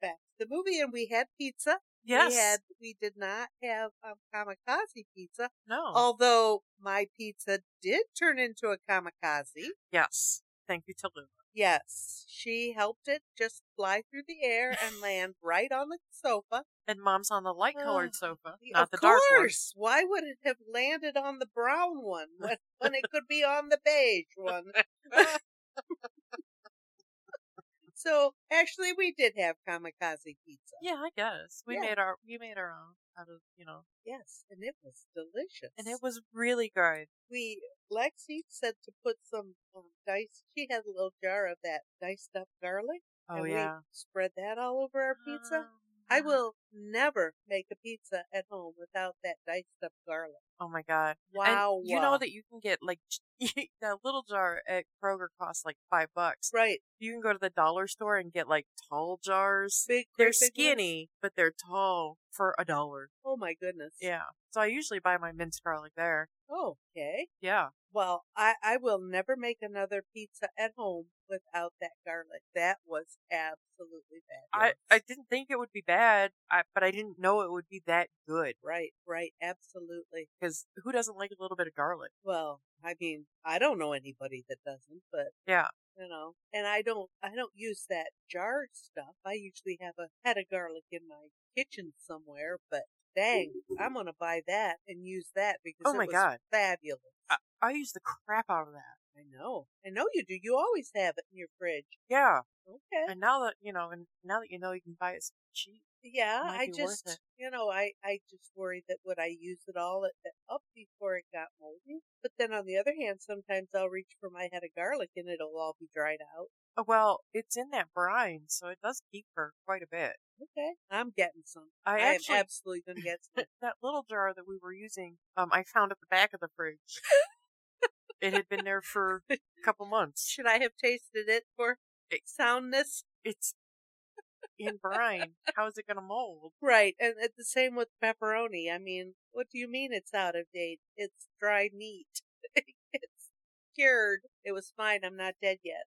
[SPEAKER 2] back to the movie, and we had pizza.
[SPEAKER 1] Yes.
[SPEAKER 2] We, had, we did not have um, kamikaze pizza,
[SPEAKER 1] no.
[SPEAKER 2] although my pizza did turn into a kamikaze.
[SPEAKER 1] Yes. Thank you to Lou.
[SPEAKER 2] Yes, she helped it just fly through the air and land right on the sofa.
[SPEAKER 1] And Mom's on the light
[SPEAKER 2] Ugh.
[SPEAKER 1] colored sofa,
[SPEAKER 2] The-
[SPEAKER 1] not
[SPEAKER 2] Uh, of
[SPEAKER 1] the dark
[SPEAKER 2] course.
[SPEAKER 1] one.
[SPEAKER 2] Why would it have landed on the brown one when, when it could be on the beige one? [laughs] so actually, we did have kamikaze pizza.
[SPEAKER 1] Yeah, I guess we
[SPEAKER 2] Yeah.
[SPEAKER 1] made our we made our own out of you know,
[SPEAKER 2] Yes, and it was delicious.
[SPEAKER 1] and it was really good.
[SPEAKER 2] we Lexi said to put some um, dice. She had a little jar of that diced up garlic,
[SPEAKER 1] Oh
[SPEAKER 2] and
[SPEAKER 1] yeah. Uh, Um,
[SPEAKER 2] we spread that all over our pizza. I will never make a pizza at home without that diced up garlic.
[SPEAKER 1] Oh my god. And
[SPEAKER 2] Wow,
[SPEAKER 1] you know that you can get like [laughs] that little jar at Kroger costs like five bucks.
[SPEAKER 2] right?
[SPEAKER 1] You can go to the dollar store and get like tall jars.
[SPEAKER 2] Big,
[SPEAKER 1] They're
[SPEAKER 2] great big ones.
[SPEAKER 1] skinny, but they're tall for a dollar.
[SPEAKER 2] Oh my goodness.
[SPEAKER 1] Yeah. So I usually buy my minced garlic there.
[SPEAKER 2] Oh, okay.
[SPEAKER 1] Yeah.
[SPEAKER 2] Well, I, I will never make another pizza at home without that garlic. That was absolutely
[SPEAKER 1] I,
[SPEAKER 2] bad.
[SPEAKER 1] I didn't think it would be bad, I, but I didn't know it would be that good
[SPEAKER 2] right, right, absolutely.
[SPEAKER 1] because who doesn't like a little bit of garlic?
[SPEAKER 2] Well, I mean, I don't know anybody that doesn't, but
[SPEAKER 1] Yeah.
[SPEAKER 2] you know, and I don't, I don't use that jar stuff. I usually have a head of garlic in my kitchen somewhere, but dang, I'm gonna buy that and use that because
[SPEAKER 1] Oh
[SPEAKER 2] it
[SPEAKER 1] my
[SPEAKER 2] was
[SPEAKER 1] God.
[SPEAKER 2] fabulous.
[SPEAKER 1] I, I use the crap out of that.
[SPEAKER 2] I know, I know you do. You always have it in your fridge.
[SPEAKER 1] Yeah.
[SPEAKER 2] Okay.
[SPEAKER 1] And now that, you know, and now that you know you can buy it so cheap,
[SPEAKER 2] Yeah,
[SPEAKER 1] Might
[SPEAKER 2] I
[SPEAKER 1] be worth
[SPEAKER 2] just
[SPEAKER 1] it.
[SPEAKER 2] you know, I I just worry that would I use it all at the, up before it got moldy. But then on the other hand, sometimes I'll reach for my head of garlic and it'll all be dried out.
[SPEAKER 1] Uh, Well, it's in that brine, so it does keep for quite a bit.
[SPEAKER 2] Okay, I'm getting some.
[SPEAKER 1] I,
[SPEAKER 2] I,
[SPEAKER 1] actually
[SPEAKER 2] am absolutely gonna get some.
[SPEAKER 1] [laughs] that little jar that we were using, um, I found at the back of the fridge. it had been there for a couple months.
[SPEAKER 2] Should I have tasted it for soundness?
[SPEAKER 1] It's in brine. How is it going to mold?
[SPEAKER 2] Right, and it's the same with pepperoni. I mean, what do you mean it's out of date? It's dry meat. [laughs] it's cured. It was fine. I'm not dead yet.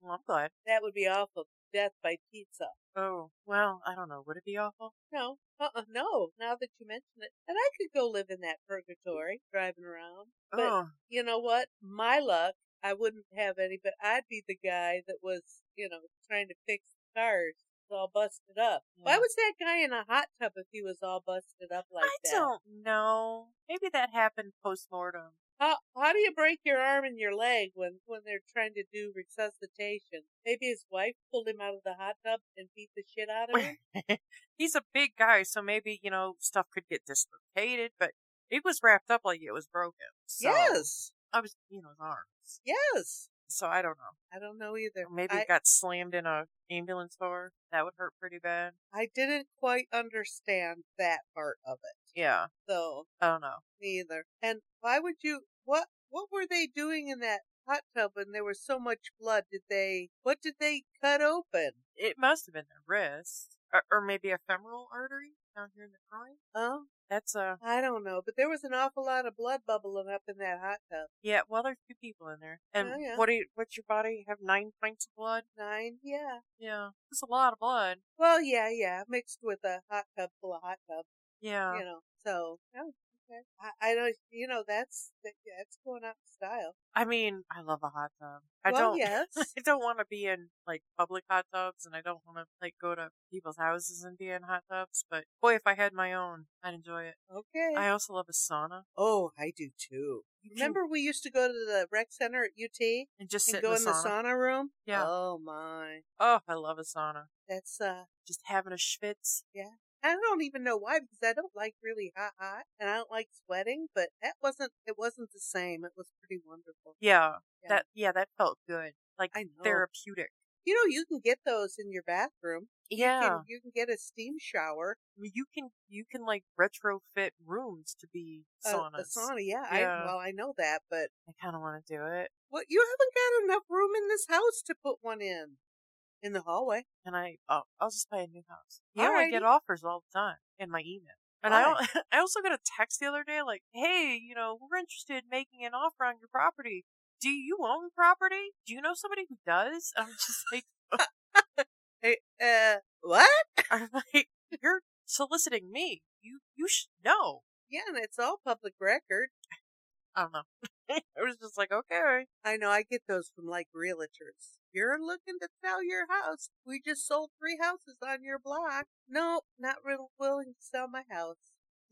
[SPEAKER 1] Well, I'm glad.
[SPEAKER 2] That would be awful. Death by pizza.
[SPEAKER 1] Oh, well, I don't know. Would it be awful?
[SPEAKER 2] No, uh-uh, no. Now that you mention it, and I could go live in that purgatory, driving around. But-
[SPEAKER 1] oh,
[SPEAKER 2] You know what? My luck, I wouldn't have any, but I'd be the guy that was, you know, trying to fix cars. It's all busted up. Why
[SPEAKER 1] Yeah.
[SPEAKER 2] was that guy in a hot tub if he was all busted up like
[SPEAKER 1] I
[SPEAKER 2] that?
[SPEAKER 1] don't know. Maybe that happened post mortem.
[SPEAKER 2] How how do you break your arm and your leg when when they're trying to do resuscitation? Maybe his wife pulled him out of the hot tub and beat the shit out of him.
[SPEAKER 1] He's a big guy, so maybe you know stuff could get dislocated. But it was wrapped up like it was broken. So
[SPEAKER 2] yes,
[SPEAKER 1] I was, you know, his arms.
[SPEAKER 2] yes.
[SPEAKER 1] So I don't know.
[SPEAKER 2] I don't know either.
[SPEAKER 1] Maybe
[SPEAKER 2] I-
[SPEAKER 1] it got slammed in a ambulance door. That would hurt pretty bad.
[SPEAKER 2] I didn't quite understand that part of it,
[SPEAKER 1] Yeah,
[SPEAKER 2] though.
[SPEAKER 1] I don't know.
[SPEAKER 2] Neither. And why would you? What What were they doing in that hot tub when there was so much blood? Did they? What did they cut open?
[SPEAKER 1] It must have been the wrist, or, or maybe a femoral artery down here in the groin.
[SPEAKER 2] Um,
[SPEAKER 1] That's a
[SPEAKER 2] I don't know. But there was an awful lot of blood bubbling up in that hot tub.
[SPEAKER 1] yeah. Well, there's two people in there, and
[SPEAKER 2] Oh, yeah.
[SPEAKER 1] what do you, what's your body have? Nine pints of blood.
[SPEAKER 2] Nine, yeah.
[SPEAKER 1] Yeah, that's a lot of blood.
[SPEAKER 2] Well, yeah, yeah. Mixed with a hot tub full of hot tub,
[SPEAKER 1] Yeah,
[SPEAKER 2] you know. So, oh, okay. I, I don't. You know, that's that, that's going out in style.
[SPEAKER 1] I mean, I love a hot tub. I
[SPEAKER 2] well,
[SPEAKER 1] don't.
[SPEAKER 2] yes.
[SPEAKER 1] [laughs] I don't want to be in like public hot tubs, and I don't want to like go to people's houses and be in hot tubs. But boy, if I had my own, I'd enjoy it.
[SPEAKER 2] Okay.
[SPEAKER 1] I also love a sauna
[SPEAKER 2] Oh, I do too. Remember we used to go to the rec center at UT
[SPEAKER 1] and just sit
[SPEAKER 2] and go
[SPEAKER 1] in the sauna.
[SPEAKER 2] sauna room?
[SPEAKER 1] Yeah.
[SPEAKER 2] Oh my.
[SPEAKER 1] Oh, I love a sauna.
[SPEAKER 2] That's uh
[SPEAKER 1] Just having a schwitz.
[SPEAKER 2] I don't even know why because I don't like really hot hot and I don't like sweating, but that wasn't it wasn't the same. It was pretty wonderful.
[SPEAKER 1] Yeah,
[SPEAKER 2] Yeah.
[SPEAKER 1] that yeah, that felt good. Like
[SPEAKER 2] I know.
[SPEAKER 1] therapeutic.
[SPEAKER 2] You know, you can get those in your bathroom. You
[SPEAKER 1] Yeah,
[SPEAKER 2] can, you can get a steam shower,
[SPEAKER 1] Well, you can you can like retrofit rooms to be
[SPEAKER 2] a,
[SPEAKER 1] saunas.
[SPEAKER 2] a sauna. Yeah,
[SPEAKER 1] Yeah.
[SPEAKER 2] I well, I know that, but
[SPEAKER 1] I kind of want to do it.
[SPEAKER 2] what you haven't got enough room in this house to put one in in the hallway.
[SPEAKER 1] and I I'll, I'll just buy a new house. Yeah, I get
[SPEAKER 2] Alrighty.
[SPEAKER 1] offers all the time in my email. And I,
[SPEAKER 2] Alright.
[SPEAKER 1] al- [laughs] I also got a text the other day like, hey, you know, we're interested in making an offer on your property. Do you own property? Do you know somebody who does? I'm just like,
[SPEAKER 2] Hey, uh, what?
[SPEAKER 1] I'm like, you're soliciting me. You you should know.
[SPEAKER 2] Yeah, and it's all public record.
[SPEAKER 1] I don't know. [laughs] I was just like, okay,
[SPEAKER 2] I know I get those from like realtors. You're looking to sell your house. We just sold three houses on your block. No, not real willing to sell my house.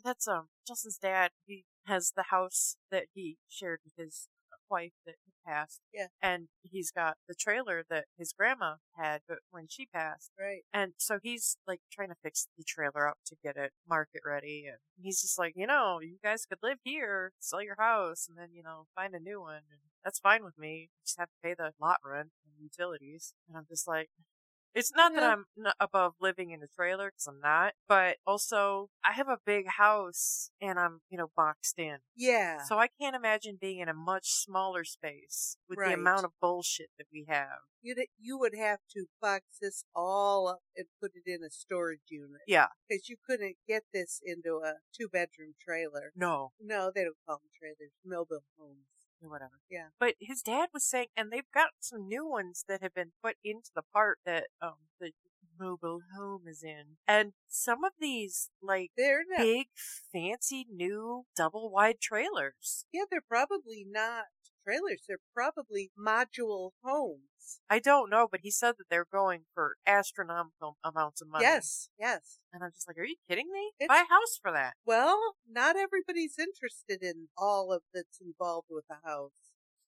[SPEAKER 1] that's um Justin's dad. He has the house that he shared with his wife that had passed.
[SPEAKER 2] Yeah.
[SPEAKER 1] And he's got the trailer that his grandma had, but when she passed,
[SPEAKER 2] Right.
[SPEAKER 1] and so he's like trying to fix the trailer up to get it market ready, and he's just like, you know, you guys could live here, sell your house, and then you know find a new one. And that's fine with me. You just have to pay the lot rent and utilities. And I'm just like, it's not that
[SPEAKER 2] Yeah.
[SPEAKER 1] I'm n- above living in a trailer because I'm not, but also I have a big house and I'm, you know, boxed in.
[SPEAKER 2] Yeah.
[SPEAKER 1] So I can't imagine being in a much smaller space with the
[SPEAKER 2] Right.
[SPEAKER 1] amount of bullshit that we have.
[SPEAKER 2] You'd, you would have to box this all up and put it in a storage unit.
[SPEAKER 1] Yeah.
[SPEAKER 2] Because you couldn't get this into a two bedroom trailer.
[SPEAKER 1] No.
[SPEAKER 2] No, they don't call them trailers. Mobile homes.
[SPEAKER 1] Whatever.
[SPEAKER 2] Yeah.
[SPEAKER 1] But his dad was saying, and they've got some new ones that have been put into the part that um the mobile home is in, and some of these like
[SPEAKER 2] They're not.
[SPEAKER 1] big fancy new double wide trailers.
[SPEAKER 2] Yeah, they're probably not trailers. They're probably module homes.
[SPEAKER 1] I don't know, but he said that they're going for astronomical amounts of money.
[SPEAKER 2] Yes. Yes.
[SPEAKER 1] And I'm just like, are you kidding me?
[SPEAKER 2] It's-
[SPEAKER 1] Buy a house for that.
[SPEAKER 2] Well, not everybody's interested in all of that's involved with a house.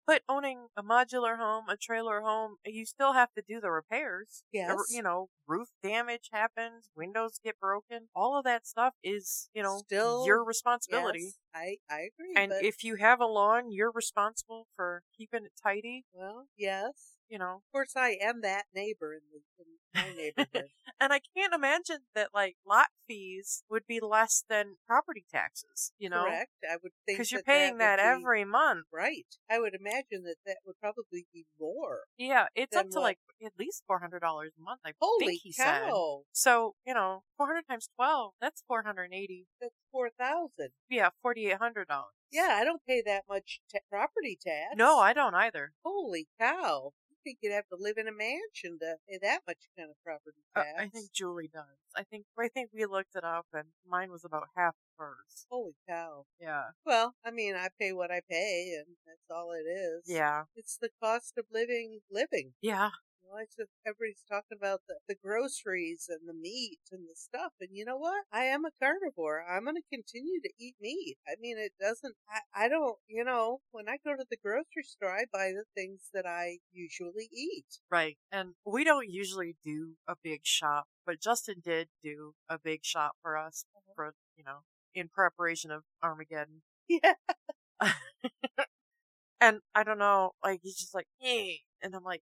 [SPEAKER 1] But owning a modular home, a trailer home, you still have to do the repairs. The r-
[SPEAKER 2] Yes.
[SPEAKER 1] You know, roof damage happens, windows get broken. All of that stuff is, you know,
[SPEAKER 2] Still-
[SPEAKER 1] your responsibility.
[SPEAKER 2] Yes, [laughs] I I agree.
[SPEAKER 1] And
[SPEAKER 2] but,
[SPEAKER 1] if you have a lawn, you're responsible for keeping it tidy,
[SPEAKER 2] well, yes,
[SPEAKER 1] you know.
[SPEAKER 2] of course I am that neighbor in,
[SPEAKER 1] [laughs]
[SPEAKER 2] the, in my neighborhood.
[SPEAKER 1] And I can't imagine that like lot fees would be less than property taxes, you know.
[SPEAKER 2] Correct. I would think
[SPEAKER 1] Because you're
[SPEAKER 2] that
[SPEAKER 1] paying that,
[SPEAKER 2] would be-
[SPEAKER 1] every month.
[SPEAKER 2] right. I would imagine that that would probably be more.
[SPEAKER 1] Yeah, it's up
[SPEAKER 2] Then
[SPEAKER 1] to
[SPEAKER 2] what?
[SPEAKER 1] like at least four hundred dollars a month. I
[SPEAKER 2] Holy
[SPEAKER 1] think he said.
[SPEAKER 2] cow!
[SPEAKER 1] So you know, four hundred times twelve, that's four hundred eighty.
[SPEAKER 2] That's four thousand.
[SPEAKER 1] Yeah, forty eight hundred dollars.
[SPEAKER 2] Yeah, I don't pay that much ta- property tax.
[SPEAKER 1] No, I don't either.
[SPEAKER 2] Holy cow! You think you'd have to live in a mansion to pay that much kind of property
[SPEAKER 1] Uh,
[SPEAKER 2] tax?
[SPEAKER 1] I think Julie does. I think I think we looked it up, and mine was about half hers.
[SPEAKER 2] Holy cow!
[SPEAKER 1] Yeah,
[SPEAKER 2] Well, I mean, I pay what I pay, and that's all it is.
[SPEAKER 1] yeah,
[SPEAKER 2] It's the cost of living, living.
[SPEAKER 1] yeah.
[SPEAKER 2] You know, it's just, everybody's talking about the, the groceries and the meat and the stuff. And you know what? I am a carnivore. I'm going to continue to eat meat. I mean, it doesn't, I, I don't, you know, when I go to the grocery store, I buy the things that I usually eat. [laughs]
[SPEAKER 1] Right. And we don't usually do a big shop, but Justin did do a big shop for us for, you know, in preparation of Armageddon.
[SPEAKER 2] Yeah.
[SPEAKER 1] And I don't know, like, he's just like, eh. And I'm like,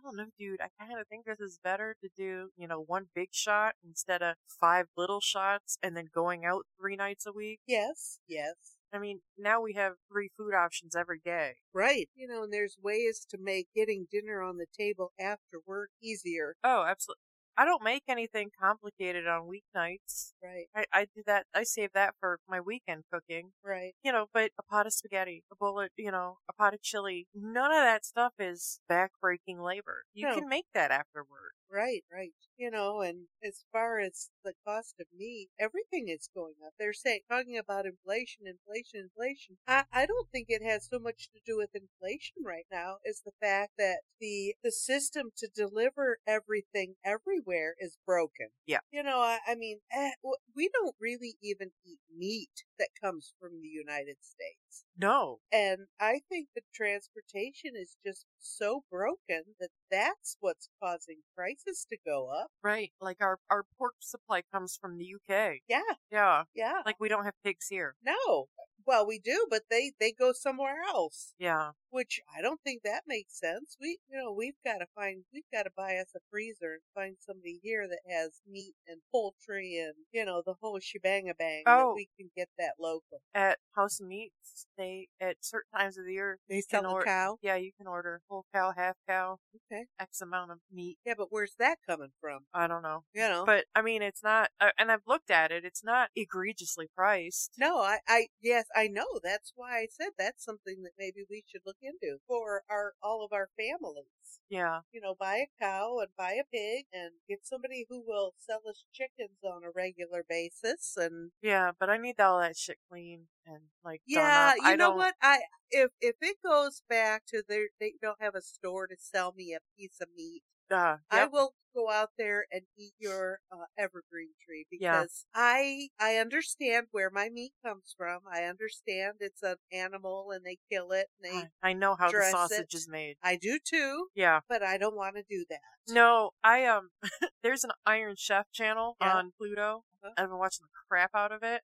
[SPEAKER 1] I don't know, dude. I kind of think this is better to do, you know, one big shot instead of five little shots and then going out three nights a week.
[SPEAKER 2] Yes. Yes.
[SPEAKER 1] I mean, now we have three food options every day.
[SPEAKER 2] Right. You know, and there's ways to make getting dinner on the table after work easier.
[SPEAKER 1] Oh, absolutely. I don't make anything complicated on weeknights.
[SPEAKER 2] Right.
[SPEAKER 1] I, I do that. I save that for my weekend cooking.
[SPEAKER 2] Right.
[SPEAKER 1] You know, but a pot of spaghetti, a bowl of, you know, a pot of chili, none of that stuff is backbreaking labor. You
[SPEAKER 2] No.
[SPEAKER 1] can make that afterward.
[SPEAKER 2] Right, right. You know, and as far as the cost of meat, everything is going up. They're saying talking about inflation, inflation, inflation. I, I don't think it has so much to do with inflation right now as the fact that the the system to deliver everything everywhere is broken.
[SPEAKER 1] Yeah.
[SPEAKER 2] You know, I, I mean, eh, w- we don't really even eat meat that comes from the United States.
[SPEAKER 1] No.
[SPEAKER 2] And I think the transportation is just so broken that that's what's causing prices to go up.
[SPEAKER 1] Right. Like our, our pork supply comes from the UK.
[SPEAKER 2] Yeah,
[SPEAKER 1] Yeah.
[SPEAKER 2] yeah.
[SPEAKER 1] Like we don't have pigs here.
[SPEAKER 2] no. Well, we do, but they they go somewhere else,
[SPEAKER 1] Yeah.
[SPEAKER 2] which I don't think that makes sense. We, you know, we've got to find we've got to buy us a freezer and find somebody here that has meat and poultry and, you know, the whole shebang a bang that
[SPEAKER 1] Oh.
[SPEAKER 2] we can get that local.
[SPEAKER 1] At House of Meats, they, at certain times of the year,
[SPEAKER 2] They
[SPEAKER 1] you
[SPEAKER 2] sell
[SPEAKER 1] can
[SPEAKER 2] the
[SPEAKER 1] or-
[SPEAKER 2] cow.
[SPEAKER 1] Yeah, you can order whole cow, half cow,
[SPEAKER 2] Okay.
[SPEAKER 1] X amount of meat.
[SPEAKER 2] Yeah, but where's that coming from?
[SPEAKER 1] I don't know.
[SPEAKER 2] You know.
[SPEAKER 1] But I mean, it's not, uh, and I've looked at it, it's not egregiously priced.
[SPEAKER 2] No, I, I, yes, I know. That's why I said that's something that maybe we should look into for our, all of our families.
[SPEAKER 1] Yeah.
[SPEAKER 2] You know, buy a cow and buy a pig and get somebody who will sell us chickens on a regular basis. And
[SPEAKER 1] Yeah, but I need all that shit clean and like done
[SPEAKER 2] yeah,
[SPEAKER 1] up.
[SPEAKER 2] you
[SPEAKER 1] I
[SPEAKER 2] know
[SPEAKER 1] don't-
[SPEAKER 2] what? I, if, if it goes back to their, they don't have a store to sell me a piece of meat.
[SPEAKER 1] Uh,
[SPEAKER 2] I
[SPEAKER 1] yep,
[SPEAKER 2] will go out there and eat your uh, evergreen tree
[SPEAKER 1] Yeah.
[SPEAKER 2] because I I understand where my meat comes from. I understand it's an animal and they kill it. And they,
[SPEAKER 1] I, I know how the
[SPEAKER 2] dress
[SPEAKER 1] sausage
[SPEAKER 2] it.
[SPEAKER 1] is made.
[SPEAKER 2] I do too,
[SPEAKER 1] Yeah.
[SPEAKER 2] but I don't want to do that.
[SPEAKER 1] No, I um. [laughs] there's an Iron Chef channel
[SPEAKER 2] Yeah.
[SPEAKER 1] on Pluto.
[SPEAKER 2] Uh-huh.
[SPEAKER 1] I've been watching the crap out of it,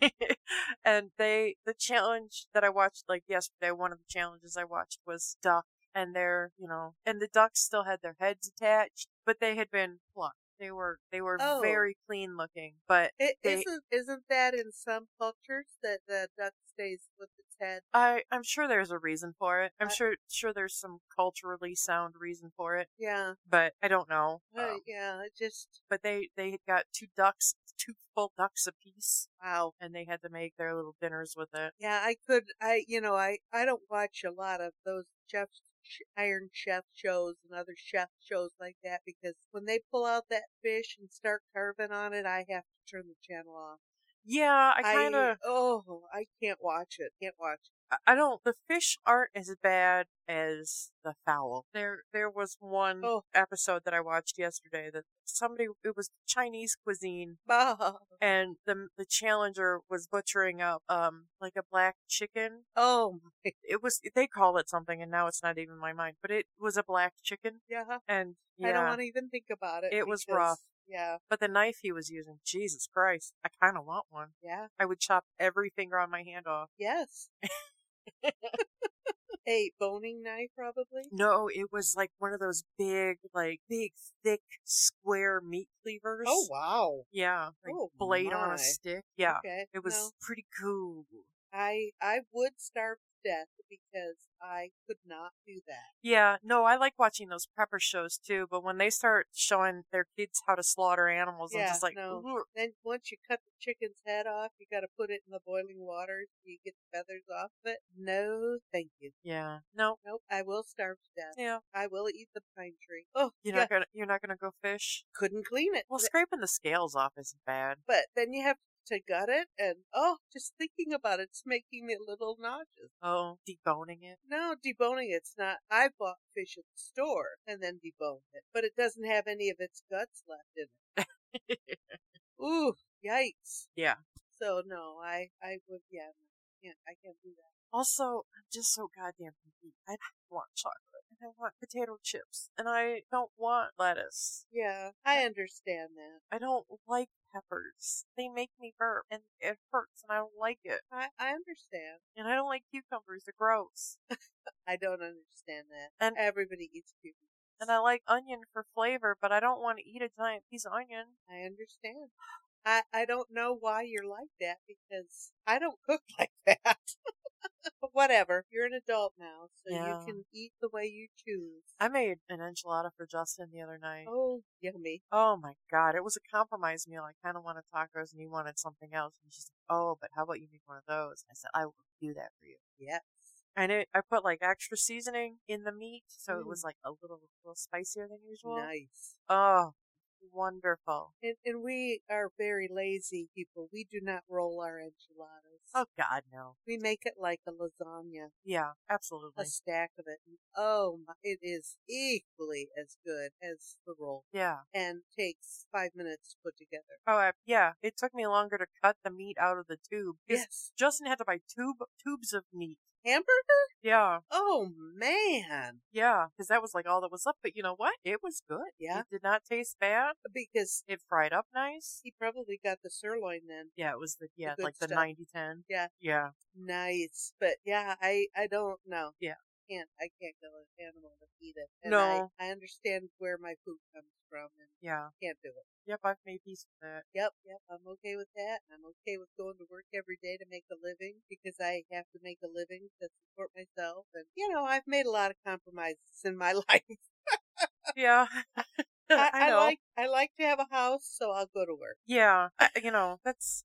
[SPEAKER 1] [laughs] and they the challenge that I watched like yesterday. One of the challenges I watched was duck, and their you know, and the ducks still had their heads attached, but they had been plucked. They were they were
[SPEAKER 2] Oh.
[SPEAKER 1] very clean looking, but
[SPEAKER 2] It,
[SPEAKER 1] They-
[SPEAKER 2] isn't isn't that in some cultures that the duck stays with its head?
[SPEAKER 1] I I'm sure there's a reason for it. I'm
[SPEAKER 2] I-
[SPEAKER 1] sure sure there's some culturally sound reason for it,
[SPEAKER 2] Yeah,
[SPEAKER 1] but I don't know.
[SPEAKER 2] Uh,
[SPEAKER 1] Um,
[SPEAKER 2] yeah. It just
[SPEAKER 1] but they they had got two ducks, two full ducks apiece,
[SPEAKER 2] wow.
[SPEAKER 1] and they had to make their little dinners with it.
[SPEAKER 2] Yeah, I could. I you know I I don't watch a lot of those chef sh- Iron Chef shows and other chef shows like that because when they pull out that fish and start carving on it, I have to turn the channel off.
[SPEAKER 1] Yeah, I kind of
[SPEAKER 2] oh I can't watch it. Can't watch.
[SPEAKER 1] I- I don't. The fish aren't as bad as the fowl. There, there was one
[SPEAKER 2] Oh.
[SPEAKER 1] episode that I watched yesterday that somebody. It was Chinese cuisine,
[SPEAKER 2] Oh, [laughs]
[SPEAKER 1] and the the challenger was butchering up um like a black chicken.
[SPEAKER 2] oh my [laughs]
[SPEAKER 1] It was they call it something, and now it's not even in my mind. But it was a black chicken,
[SPEAKER 2] yeah.
[SPEAKER 1] and yeah.
[SPEAKER 2] I don't want to even think about it.
[SPEAKER 1] It was rough.
[SPEAKER 2] because- Yeah,
[SPEAKER 1] but the knife he was using, Jesus Christ, I kind of want one.
[SPEAKER 2] yeah.
[SPEAKER 1] I would chop every finger on my hand off. [laughs]
[SPEAKER 2] Yes. a boning knife, probably.
[SPEAKER 1] No, it was like one of those big, like big, thick, square meat cleavers.
[SPEAKER 2] Oh wow.
[SPEAKER 1] Yeah, like
[SPEAKER 2] Oh,
[SPEAKER 1] blade on
[SPEAKER 2] my.
[SPEAKER 1] a stick. Yeah,
[SPEAKER 2] Okay.
[SPEAKER 1] it was
[SPEAKER 2] no,
[SPEAKER 1] pretty cool.
[SPEAKER 2] I I would starve to death because I could not do that.
[SPEAKER 1] Yeah, no, I like watching those prepper shows too. But when they start showing their kids how to slaughter animals, I'm
[SPEAKER 2] Yeah,
[SPEAKER 1] just like,
[SPEAKER 2] no.
[SPEAKER 1] "Ugh."
[SPEAKER 2] Then once you cut the chicken's head off, you got to put it in the boiling water. so You get the feathers off it. No, thank you.
[SPEAKER 1] yeah, no,
[SPEAKER 2] Nope. I will starve to death.
[SPEAKER 1] yeah,
[SPEAKER 2] I will eat the pine tree. Oh,
[SPEAKER 1] you're
[SPEAKER 2] yeah.
[SPEAKER 1] not gonna, you're not gonna go fish.
[SPEAKER 2] Couldn't clean it.
[SPEAKER 1] Well, scraping the scales off isn't bad.
[SPEAKER 2] but then you have to gut it, and oh, just thinking about it's making me a little nauseous.
[SPEAKER 1] Oh, deboning it.
[SPEAKER 2] No, deboning it's not. I bought fish at the store and then deboned it, but it doesn't have any of its guts left in
[SPEAKER 1] [laughs]
[SPEAKER 2] it. Ooh, yikes!
[SPEAKER 1] Yeah.
[SPEAKER 2] So no, I I would yeah, I can't I can't do that.
[SPEAKER 1] Also, I'm just so goddamn picky. I want chocolate and I want potato chips and I don't want lettuce.
[SPEAKER 2] Yeah, I understand that.
[SPEAKER 1] I don't like peppers. They make me burp and it hurts and I don't like it.
[SPEAKER 2] I I understand.
[SPEAKER 1] And I don't like cucumbers. They're gross.
[SPEAKER 2] I don't understand that.
[SPEAKER 1] And-
[SPEAKER 2] everybody eats cucumbers.
[SPEAKER 1] And I like onion for flavor, but I don't want to eat a giant piece of onion.
[SPEAKER 2] I understand. I, I don't know why you're like that because I don't cook [laughs] like that. but whatever. You're an adult now, so
[SPEAKER 1] Yeah.
[SPEAKER 2] you can eat the way you choose.
[SPEAKER 1] I made an enchilada for Justin the other night.
[SPEAKER 2] oh, yummy.
[SPEAKER 1] Oh my god, it was a compromise meal. I kind of wanted tacos and he wanted something else. And she's like, oh, but how about you make one of those? And I said, I will do that for you.
[SPEAKER 2] Yes.
[SPEAKER 1] and it, I put like extra seasoning in the meat, so it
[SPEAKER 2] Mm.
[SPEAKER 1] was like a little little spicier than usual.
[SPEAKER 2] Nice.
[SPEAKER 1] Oh, wonderful!
[SPEAKER 2] And, and we are very lazy people. We do not roll our enchiladas.
[SPEAKER 1] Oh God, no!
[SPEAKER 2] We make it like a lasagna,
[SPEAKER 1] Yeah, absolutely.
[SPEAKER 2] a stack of it. And oh, my, it is equally as good as the roll
[SPEAKER 1] Yeah.
[SPEAKER 2] and takes five minutes to put together.
[SPEAKER 1] Oh, I, yeah. It took me longer to cut the meat out of the tube. 'cause
[SPEAKER 2] Yes.
[SPEAKER 1] Justin had to buy tube tubes of meat.
[SPEAKER 2] Hamburger?
[SPEAKER 1] Yeah,
[SPEAKER 2] Oh man,
[SPEAKER 1] yeah, because that was like all that was left. But you know what? It was good.
[SPEAKER 2] Yeah.
[SPEAKER 1] It did not taste bad.
[SPEAKER 2] because
[SPEAKER 1] It fried up nice.
[SPEAKER 2] he probably got the sirloin then.
[SPEAKER 1] Yeah, it was the yeah
[SPEAKER 2] good
[SPEAKER 1] like the
[SPEAKER 2] stuff.
[SPEAKER 1] ninety ten.
[SPEAKER 2] Yeah.
[SPEAKER 1] Yeah.
[SPEAKER 2] Nice, but yeah, I I don't know.
[SPEAKER 1] Yeah.
[SPEAKER 2] can't I can't go an animal to eat it. And
[SPEAKER 1] No.
[SPEAKER 2] I, I understand where my food comes from and
[SPEAKER 1] Yeah.
[SPEAKER 2] can't do it.
[SPEAKER 1] Yep. I've made peace with it.
[SPEAKER 2] Yep, yep, I'm okay with that. I'm okay with going to work every day to make a living because I have to make a living to support myself. And you know, I've made a lot of compromises in my [laughs] life.
[SPEAKER 1] Yeah. [laughs]
[SPEAKER 2] I,
[SPEAKER 1] I
[SPEAKER 2] I
[SPEAKER 1] know.
[SPEAKER 2] like I like to have a house, so I'll go to work.
[SPEAKER 1] Yeah, I, you know, that's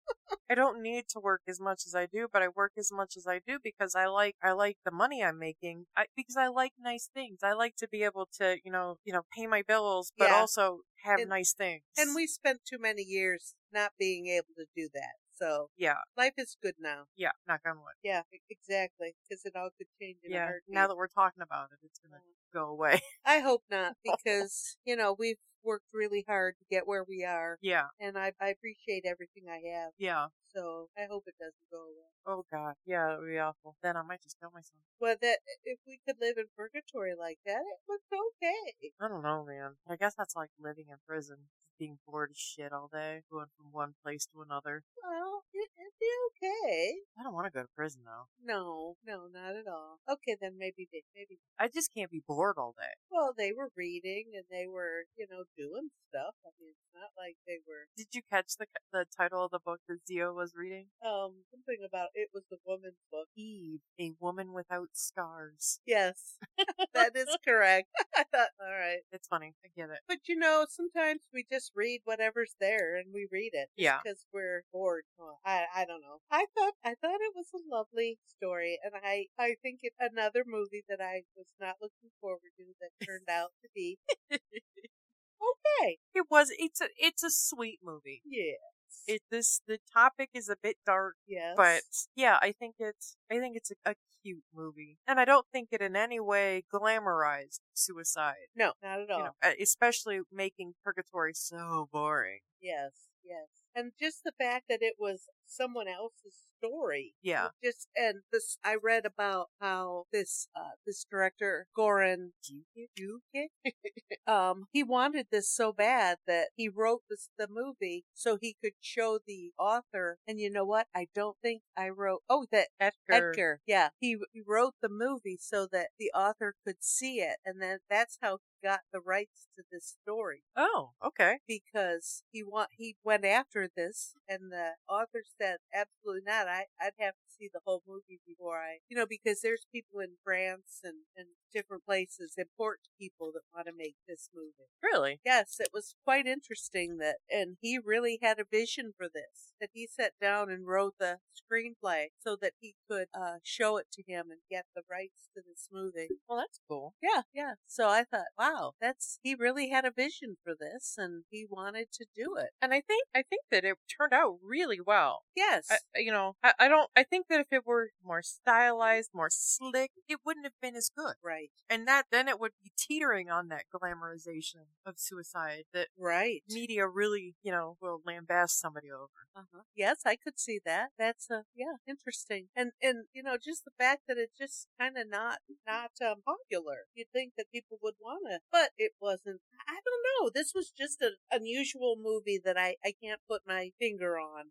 [SPEAKER 1] I don't need to work as much as I do, but I work as much as I do because I like I like the money I'm making. I because I like nice things. I like to be able to, you know, you know, pay my bills but
[SPEAKER 2] Yeah.
[SPEAKER 1] also have
[SPEAKER 2] And-
[SPEAKER 1] nice things.
[SPEAKER 2] And we spent too many years not being able to do that. So
[SPEAKER 1] Yeah.
[SPEAKER 2] life is good now.
[SPEAKER 1] Yeah, knock on wood.
[SPEAKER 2] Yeah, e- exactly. Because it all could change in a
[SPEAKER 1] Yeah.
[SPEAKER 2] heartbeat.
[SPEAKER 1] Now that we're talking about it, it's gonna go away.
[SPEAKER 2] I hope
[SPEAKER 1] [laughs]
[SPEAKER 2] not, Mm. because you know we've worked really hard to get where we are,
[SPEAKER 1] yeah,
[SPEAKER 2] and I, I appreciate everything I have.
[SPEAKER 1] yeah.
[SPEAKER 2] So I hope it doesn't go away.
[SPEAKER 1] Oh god. Yeah, that would be awful. Then I might just kill myself.
[SPEAKER 2] Well, that if we could live in purgatory like that, it was okay.
[SPEAKER 1] I don't know, man. I guess that's like living in prison. Being bored as shit all day, going from one place to another.
[SPEAKER 2] Well, it, it'd be okay.
[SPEAKER 1] I don't want to go to prison though.
[SPEAKER 2] No, no, not at all. Okay, then maybe they, maybe.
[SPEAKER 1] I just can't be bored all day.
[SPEAKER 2] Well, they were reading and they were, you know, doing stuff. I mean, it's not like they were
[SPEAKER 1] Did you catch the the title of the book that Zio was reading?
[SPEAKER 2] um something about it was the woman's book.
[SPEAKER 1] Eve, a woman without scars. [laughs]
[SPEAKER 2] Yes, [laughs] that is correct. [laughs] I thought, all right.
[SPEAKER 1] It's funny. I get it.
[SPEAKER 2] But you know, sometimes we just read whatever's there and we read it.
[SPEAKER 1] Yeah.
[SPEAKER 2] Because we're bored. Well, I I don't know. I thought I thought it was a lovely story, and I I think it, another movie that I was not looking forward to that turned out to be okay.
[SPEAKER 1] [laughs] It was. It's a. It's a sweet movie.
[SPEAKER 2] Yes.
[SPEAKER 1] it this the topic is a bit dark,
[SPEAKER 2] yes.
[SPEAKER 1] but yeah, I think it's I think it's a, a cute movie, and I don't think it in any way glamorized suicide.
[SPEAKER 2] no, not at all.
[SPEAKER 1] You know, uh, especially making purgatory so boring.
[SPEAKER 2] Yes, yes. And just the fact that it was someone else's story.
[SPEAKER 1] Yeah.
[SPEAKER 2] Just and this, I read about how this uh, this director Goran Dukic, [laughs] um, he wanted this so bad that he wrote this the movie so he could show the author. And you know what? I don't think I wrote. Oh, that
[SPEAKER 1] Edgar,
[SPEAKER 2] Edgar. Yeah, he, he wrote the movie so that the author could see it, and then that's how he got the rights to this story
[SPEAKER 1] Oh, okay.
[SPEAKER 2] because he want he went after this and the author said absolutely not I, i'd have to see the whole movie before i you know because there's people in france and, and different places important people that want to make this movie
[SPEAKER 1] Really?
[SPEAKER 2] yes it was quite interesting that and he really had a vision for this that he sat down and wrote the screenplay so that he could uh, show it to him and get the rights to this movie
[SPEAKER 1] Well, that's cool.
[SPEAKER 2] yeah, yeah. So I thought, wow, that's he really had a vision for this and he wanted to do it.
[SPEAKER 1] And I think I think that it turned out really well.
[SPEAKER 2] Yes.
[SPEAKER 1] I, you know, I, I don't. I think that if it were more stylized, more slick, it wouldn't have been as good.
[SPEAKER 2] right.
[SPEAKER 1] And that then it would be teetering on that glamorization of suicide that
[SPEAKER 2] Right.
[SPEAKER 1] media really, you know, will lambast somebody over.
[SPEAKER 2] Uh-huh. Yes, I could see that. That's a yeah, interesting. And and you know, just the fact that it's just kind of not not um, popular. You'd think that people would want to, but it wasn't. I- I don't know. This was just an unusual movie that I I can't put my finger on.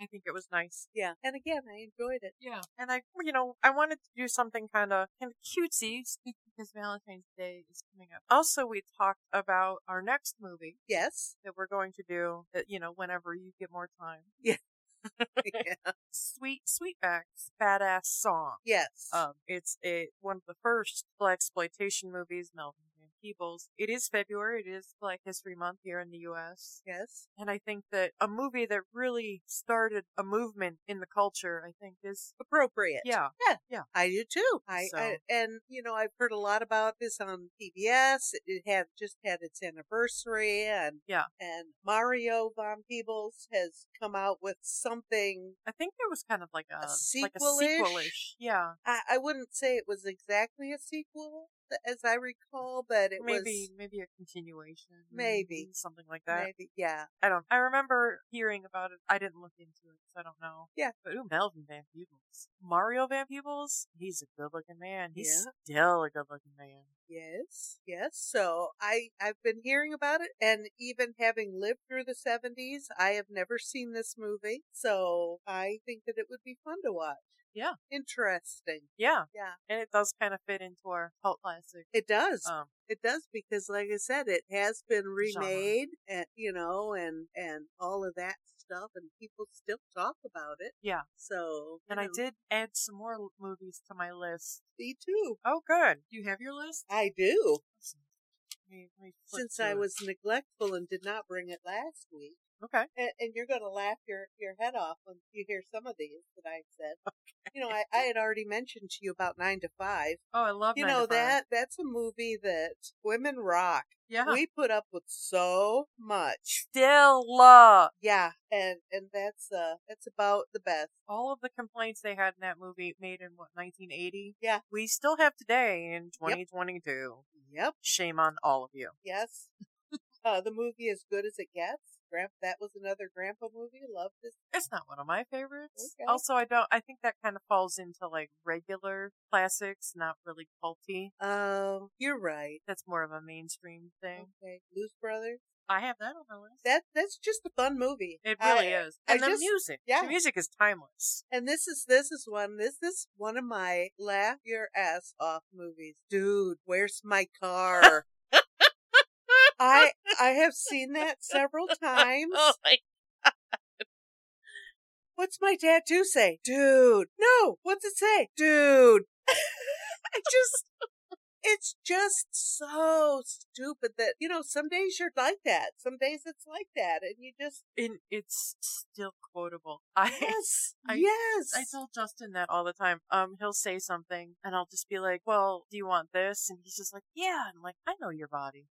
[SPEAKER 1] I think it was nice.
[SPEAKER 2] Yeah. And again, I enjoyed it.
[SPEAKER 1] Yeah. And I, you know, I wanted to do something kind of kind of cutesy because Valentine's Day is coming up. Also, we talked about our next movie
[SPEAKER 2] Yes. [laughs]
[SPEAKER 1] that we're going to do. That you know, whenever you get more time, [laughs]
[SPEAKER 2] Yeah.
[SPEAKER 1] Sweet Sweetback's badass song.
[SPEAKER 2] Yes.
[SPEAKER 1] Um, it's a one of the first black exploitation movies, Melvin Van Peebles. It is February. It is Black History Month here in the U.S.
[SPEAKER 2] yes.
[SPEAKER 1] And I think that a movie that really started a movement in the culture, I think, is
[SPEAKER 2] Appropriate.
[SPEAKER 1] yeah,
[SPEAKER 2] I do too. I,
[SPEAKER 1] So-
[SPEAKER 2] I and you know I've heard a lot about this on PBS. It- It had just had its anniversary, and
[SPEAKER 1] Yeah.
[SPEAKER 2] and Mario Von Peebles has come out with something.
[SPEAKER 1] I think there was kind of like a, like a
[SPEAKER 2] sequel-ish?
[SPEAKER 1] sequelish, yeah,
[SPEAKER 2] I, I wouldn't say it was exactly a sequel, as I recall, but it
[SPEAKER 1] maybe maybe a continuation,
[SPEAKER 2] Maybe.
[SPEAKER 1] something like
[SPEAKER 2] was
[SPEAKER 1] that.
[SPEAKER 2] maybe yeah.
[SPEAKER 1] I don't. I remember hearing about it. I didn't look into it, so I don't know.
[SPEAKER 2] Yeah.
[SPEAKER 1] But ooh, Melvin Van Peebles, Mario Van Peebles, he's a good-looking man. He's
[SPEAKER 2] Yeah.
[SPEAKER 1] still a good-looking man.
[SPEAKER 2] Yes, yes. So I I've been hearing about it, and even having lived through the seventies, I have never seen this movie. So I think that it would be fun to watch.
[SPEAKER 1] Yeah.
[SPEAKER 2] interesting.
[SPEAKER 1] Yeah.
[SPEAKER 2] Yeah.
[SPEAKER 1] And it does kind of fit into our cult classic.
[SPEAKER 2] It does.
[SPEAKER 1] Um,
[SPEAKER 2] it does because, like I said, it has been remade, and you know, and and all of that stuff, and people still talk about it.
[SPEAKER 1] Yeah.
[SPEAKER 2] So, you
[SPEAKER 1] and I
[SPEAKER 2] know,
[SPEAKER 1] did add some more l- movies to my list.
[SPEAKER 2] Me too.
[SPEAKER 1] Oh, good. You have your list?
[SPEAKER 2] I do.
[SPEAKER 1] Let me- let me flip
[SPEAKER 2] Since
[SPEAKER 1] to
[SPEAKER 2] I
[SPEAKER 1] it.
[SPEAKER 2] was neglectful and did not bring it last week,
[SPEAKER 1] okay.
[SPEAKER 2] and, and you're going to laugh your your head off when you hear some of these that I
[SPEAKER 1] [laughs]
[SPEAKER 2] said. You know, I I had already mentioned to you about Nine to Five.
[SPEAKER 1] Oh, I love
[SPEAKER 2] You
[SPEAKER 1] Nine to
[SPEAKER 2] know
[SPEAKER 1] Five.
[SPEAKER 2] that that's a movie that women rock.
[SPEAKER 1] Yeah.
[SPEAKER 2] We put up with so much.
[SPEAKER 1] still love
[SPEAKER 2] Yeah, and and that's uh that's about the best.
[SPEAKER 1] all of the complaints they had in that movie made in what 1980.
[SPEAKER 2] Yeah.
[SPEAKER 1] we still have today in 2022.
[SPEAKER 2] Yep.
[SPEAKER 1] Shame on all of you.
[SPEAKER 2] Yes. [laughs] uh, the movie as good as it gets. Grand that was another grandpa movie. Love this.
[SPEAKER 1] It's not one of my favorites.
[SPEAKER 2] Okay.
[SPEAKER 1] Also, I don't. I think that kind of falls into like regular classics, not really culty.
[SPEAKER 2] Oh, you're right.
[SPEAKER 1] That's more of a mainstream thing.
[SPEAKER 2] Okay, Blues Brothers.
[SPEAKER 1] I have that on my list.
[SPEAKER 2] Mm. That that's just a fun movie.
[SPEAKER 1] it really
[SPEAKER 2] I-
[SPEAKER 1] is.
[SPEAKER 2] I
[SPEAKER 1] And the
[SPEAKER 2] just-
[SPEAKER 1] music.
[SPEAKER 2] yeah.
[SPEAKER 1] The music is timeless.
[SPEAKER 2] And this is this is one this is one of my laugh your ass off movies. Dude, where's my
[SPEAKER 1] [laughs]
[SPEAKER 2] car? I I have seen that several
[SPEAKER 1] Oh,
[SPEAKER 2] times.
[SPEAKER 1] my
[SPEAKER 2] What's my tattoo say? Dude. No. What's it say? Dude. [laughs] I just, it's just so stupid that, you know, some days you're like that. Some days it's like that. And you just,
[SPEAKER 1] and it's still quotable. [laughs] I
[SPEAKER 2] yes.
[SPEAKER 1] I-
[SPEAKER 2] yes.
[SPEAKER 1] I tell Justin that all the time. Um, he'll say something, and I'll just be like, "Well, do you want this?" And he's just like, "Yeah." I'm like, "I know your body."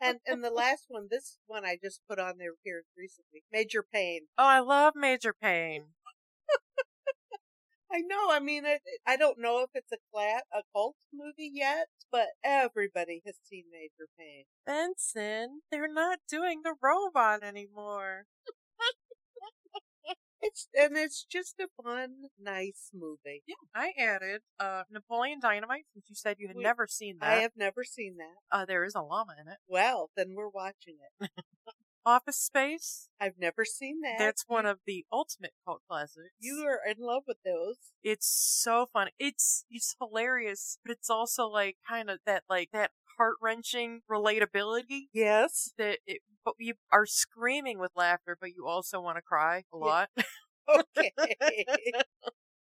[SPEAKER 2] and, and the last one, this one I just put on there here recently, Major Pain.
[SPEAKER 1] Oh, I love Major Payne.
[SPEAKER 2] I know. I mean, it, it- I don't know if it's a cla a cult movie yet, but everybody has seen Major Pain.
[SPEAKER 1] Benson, they're not doing the robot anymore.
[SPEAKER 2] It's and it's just a fun, nice movie.
[SPEAKER 1] Yeah, I added uh, Napoleon Dynamite since you said you had
[SPEAKER 2] We-
[SPEAKER 1] never seen that.
[SPEAKER 2] I have never seen that.
[SPEAKER 1] uh, there is a llama in it.
[SPEAKER 2] Well, then we're watching it.
[SPEAKER 1] Office Space.
[SPEAKER 2] I've never seen that.
[SPEAKER 1] That's one of the ultimate cult classics.
[SPEAKER 2] you are in love with those.
[SPEAKER 1] It's so fun. It's it's hilarious, but it's also like kind of that like that heart wrenching relatability
[SPEAKER 2] Yes.
[SPEAKER 1] that it, but you are screaming with laughter, but you also want to cry a lot.
[SPEAKER 2] [laughs] Okay.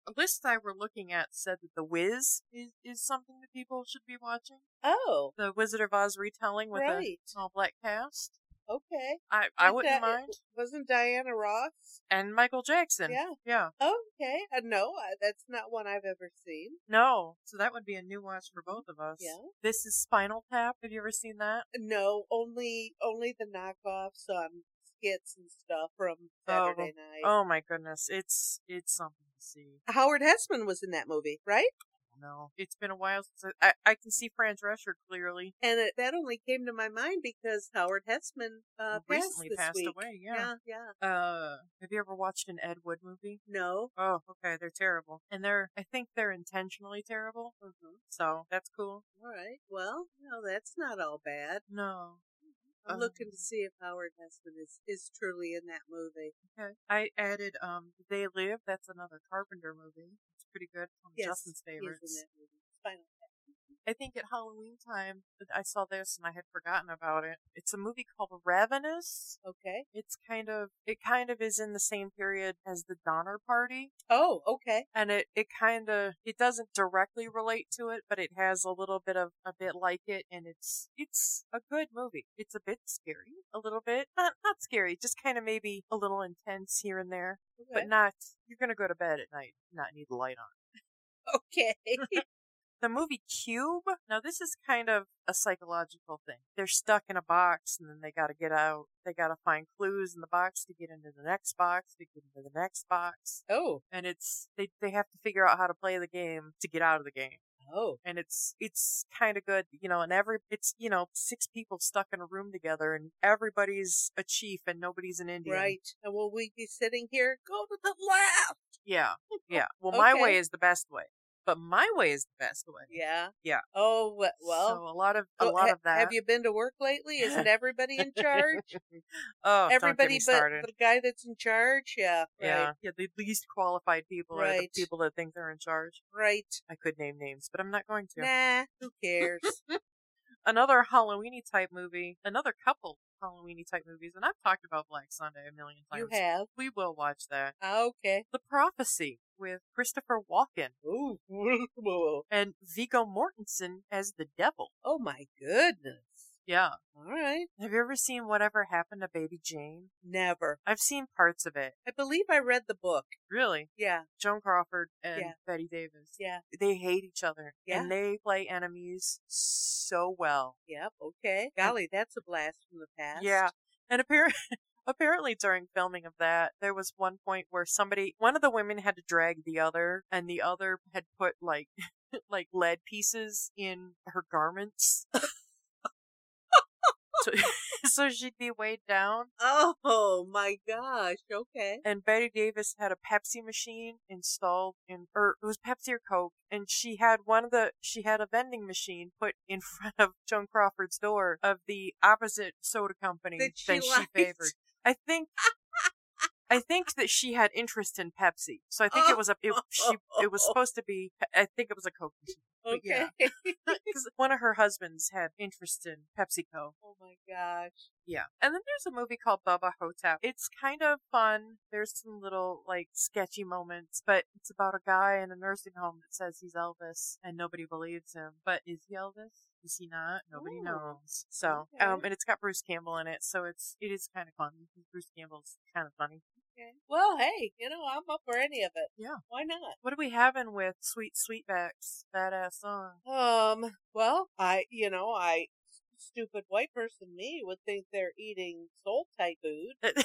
[SPEAKER 1] A list I were looking at said that The Wiz is, is something that people should be watching.
[SPEAKER 2] oh,
[SPEAKER 1] The Wizard of Oz retelling [laughs] with a
[SPEAKER 2] right.
[SPEAKER 1] small black cast.
[SPEAKER 2] Okay.
[SPEAKER 1] I, I
[SPEAKER 2] Is
[SPEAKER 1] wouldn't
[SPEAKER 2] that-
[SPEAKER 1] mind.
[SPEAKER 2] Wasn't Diana Ross?
[SPEAKER 1] And Michael Jackson.
[SPEAKER 2] Yeah.
[SPEAKER 1] Yeah.
[SPEAKER 2] Okay. Uh, no, I, that's not one I've ever seen.
[SPEAKER 1] No. So that would be a new watch for both of us.
[SPEAKER 2] Yeah.
[SPEAKER 1] This is Spinal Tap. Have you ever seen that?
[SPEAKER 2] No, only only the knockoffs on skits and stuff from
[SPEAKER 1] Oh,
[SPEAKER 2] Saturday night.
[SPEAKER 1] Oh my goodness. It's it's something to see.
[SPEAKER 2] Howard Hessman was in that movie, right?
[SPEAKER 1] No. It's been a while since I, I, I can see Fran Drescher clearly.
[SPEAKER 2] And it, that only came to my mind because Howard Hessman uh, passed
[SPEAKER 1] recently
[SPEAKER 2] this
[SPEAKER 1] passed
[SPEAKER 2] week.
[SPEAKER 1] away,
[SPEAKER 2] yeah,
[SPEAKER 1] yeah. Uh have you ever watched an Ed Wood movie?
[SPEAKER 2] No,
[SPEAKER 1] Oh, okay, they're terrible. And they're I think they're intentionally terrible.
[SPEAKER 2] Mm-hmm.
[SPEAKER 1] So that's cool.
[SPEAKER 2] all right. Well, no, that's not all bad.
[SPEAKER 1] No.
[SPEAKER 2] I'm
[SPEAKER 1] Um,
[SPEAKER 2] looking to see if Howard Hessman is is truly in that movie.
[SPEAKER 1] Okay. I added um They Live, that's another Carpenter movie. It's pretty good. One of
[SPEAKER 2] Yes,
[SPEAKER 1] Justin's
[SPEAKER 2] he's in
[SPEAKER 1] favorites.
[SPEAKER 2] that movie. Final.
[SPEAKER 1] I think at Halloween time that I saw this and I had forgotten about it. It's a movie called Ravenous.
[SPEAKER 2] Okay.
[SPEAKER 1] It's kind of it kind of is in the same period as the Donner Party.
[SPEAKER 2] Oh, okay.
[SPEAKER 1] And it, it kinda it doesn't directly relate to it, but it has a little bit of a bit like it and it's it's a good movie. It's a bit scary. A little bit. Not not scary, just kinda maybe a little intense here and there.
[SPEAKER 2] Okay.
[SPEAKER 1] but not you're gonna go to bed at night and not need the light on
[SPEAKER 2] [laughs]
[SPEAKER 1] [laughs]
[SPEAKER 2] okay.
[SPEAKER 1] the movie cube now this is kind of a psychological thing they're stuck in a box and then they gotta get out they gotta find clues in the box to get into the next box to get into the next box
[SPEAKER 2] oh,
[SPEAKER 1] and it's they, they have to figure out how to play the game to get out of the game
[SPEAKER 2] oh,
[SPEAKER 1] and it's it's kind of good you know and every it's you know six people stuck in a room together and everybody's a chief and nobody's an indian
[SPEAKER 2] right. And will we be sitting here? Go to the left. [laughs]
[SPEAKER 1] Yeah, yeah. Well, my
[SPEAKER 2] Okay.
[SPEAKER 1] way is the best way, but my way is the best way.
[SPEAKER 2] Yeah.
[SPEAKER 1] Yeah.
[SPEAKER 2] Oh we- well.
[SPEAKER 1] so a lot of a
[SPEAKER 2] Oh,
[SPEAKER 1] lot
[SPEAKER 2] ha-
[SPEAKER 1] of that.
[SPEAKER 2] Have you been to work
[SPEAKER 1] [laughs]
[SPEAKER 2] lately? Isn't everybody in charge?
[SPEAKER 1] oh, don't get
[SPEAKER 2] everybody
[SPEAKER 1] me
[SPEAKER 2] but
[SPEAKER 1] started.
[SPEAKER 2] the guy that's in charge. Yeah.
[SPEAKER 1] yeah,
[SPEAKER 2] Right.
[SPEAKER 1] yeah. The least qualified people are the
[SPEAKER 2] Right.
[SPEAKER 1] people that think they're in charge.
[SPEAKER 2] Right.
[SPEAKER 1] I could name names, but I'm not going to.
[SPEAKER 2] Nah. Who cares?
[SPEAKER 1] [laughs] Another Halloweeny type movie. Another couple Halloweeny type movies, and I've talked about Black Sunday a million
[SPEAKER 2] you
[SPEAKER 1] times.
[SPEAKER 2] have. Ah,
[SPEAKER 1] We will watch that.
[SPEAKER 2] Okay.
[SPEAKER 1] The Prophecy with Christopher Walken
[SPEAKER 2] Ooh. [laughs] Whoa.
[SPEAKER 1] and Vigo Mortensen as the devil.
[SPEAKER 2] oh my goodness.
[SPEAKER 1] Yeah.
[SPEAKER 2] All right.
[SPEAKER 1] Have you ever seen Whatever Happened to Baby Jane?
[SPEAKER 2] Never.
[SPEAKER 1] I've seen parts of it.
[SPEAKER 2] I believe I read the book.
[SPEAKER 1] Really?
[SPEAKER 2] Yeah.
[SPEAKER 1] Joan Crawford and
[SPEAKER 2] Yeah.
[SPEAKER 1] Betty Davis.
[SPEAKER 2] Yeah.
[SPEAKER 1] They hate each other.
[SPEAKER 2] Yeah.
[SPEAKER 1] And they play enemies so well.
[SPEAKER 2] Yep. Okay. Golly, that's a blast from the past.
[SPEAKER 1] Yeah. And apparently [laughs] apparently during filming of that, there was one point where somebody one of the women had to drag the other and the other had put like [laughs] like lead pieces in her garments. [laughs] so, [laughs] so she'd be weighed down
[SPEAKER 2] Oh my gosh. Okay.
[SPEAKER 1] and Betty Davis had a Pepsi machine installed in, or it was Pepsi or Coke, and she had one of the, she had a vending machine put in [laughs] front of Joan Crawford's door of the opposite soda company
[SPEAKER 2] That she liked.
[SPEAKER 1] favored. I think. I think that she had interest in Pepsi, so I think it was a
[SPEAKER 2] [laughs]
[SPEAKER 1] it, she, it
[SPEAKER 2] Oh.
[SPEAKER 1] was supposed to be. I think it was a Coke machine
[SPEAKER 2] Okay.
[SPEAKER 1] But yeah. because one of her husbands had interest in PepsiCo.
[SPEAKER 2] oh my gosh.
[SPEAKER 1] Yeah. And then there's a movie called Bubba Hotep. It's kind of fun. There's some little, like, sketchy moments, but it's about a guy in a nursing home that says he's Elvis and nobody believes him. But is he Elvis? Is he not? Nobody
[SPEAKER 2] Ooh.
[SPEAKER 1] knows. So,
[SPEAKER 2] Okay.
[SPEAKER 1] um, and it's got Bruce Campbell in it, so it's, it is kind of fun. Bruce Campbell's kind of funny.
[SPEAKER 2] Okay. Well, hey, you know, I'm up for any of it.
[SPEAKER 1] Yeah.
[SPEAKER 2] Why not?
[SPEAKER 1] What are we having with Sweet Sweetback's badass song? [laughs]
[SPEAKER 2] Um, well, I, you know, I stupid white person me would think they're eating soul type food.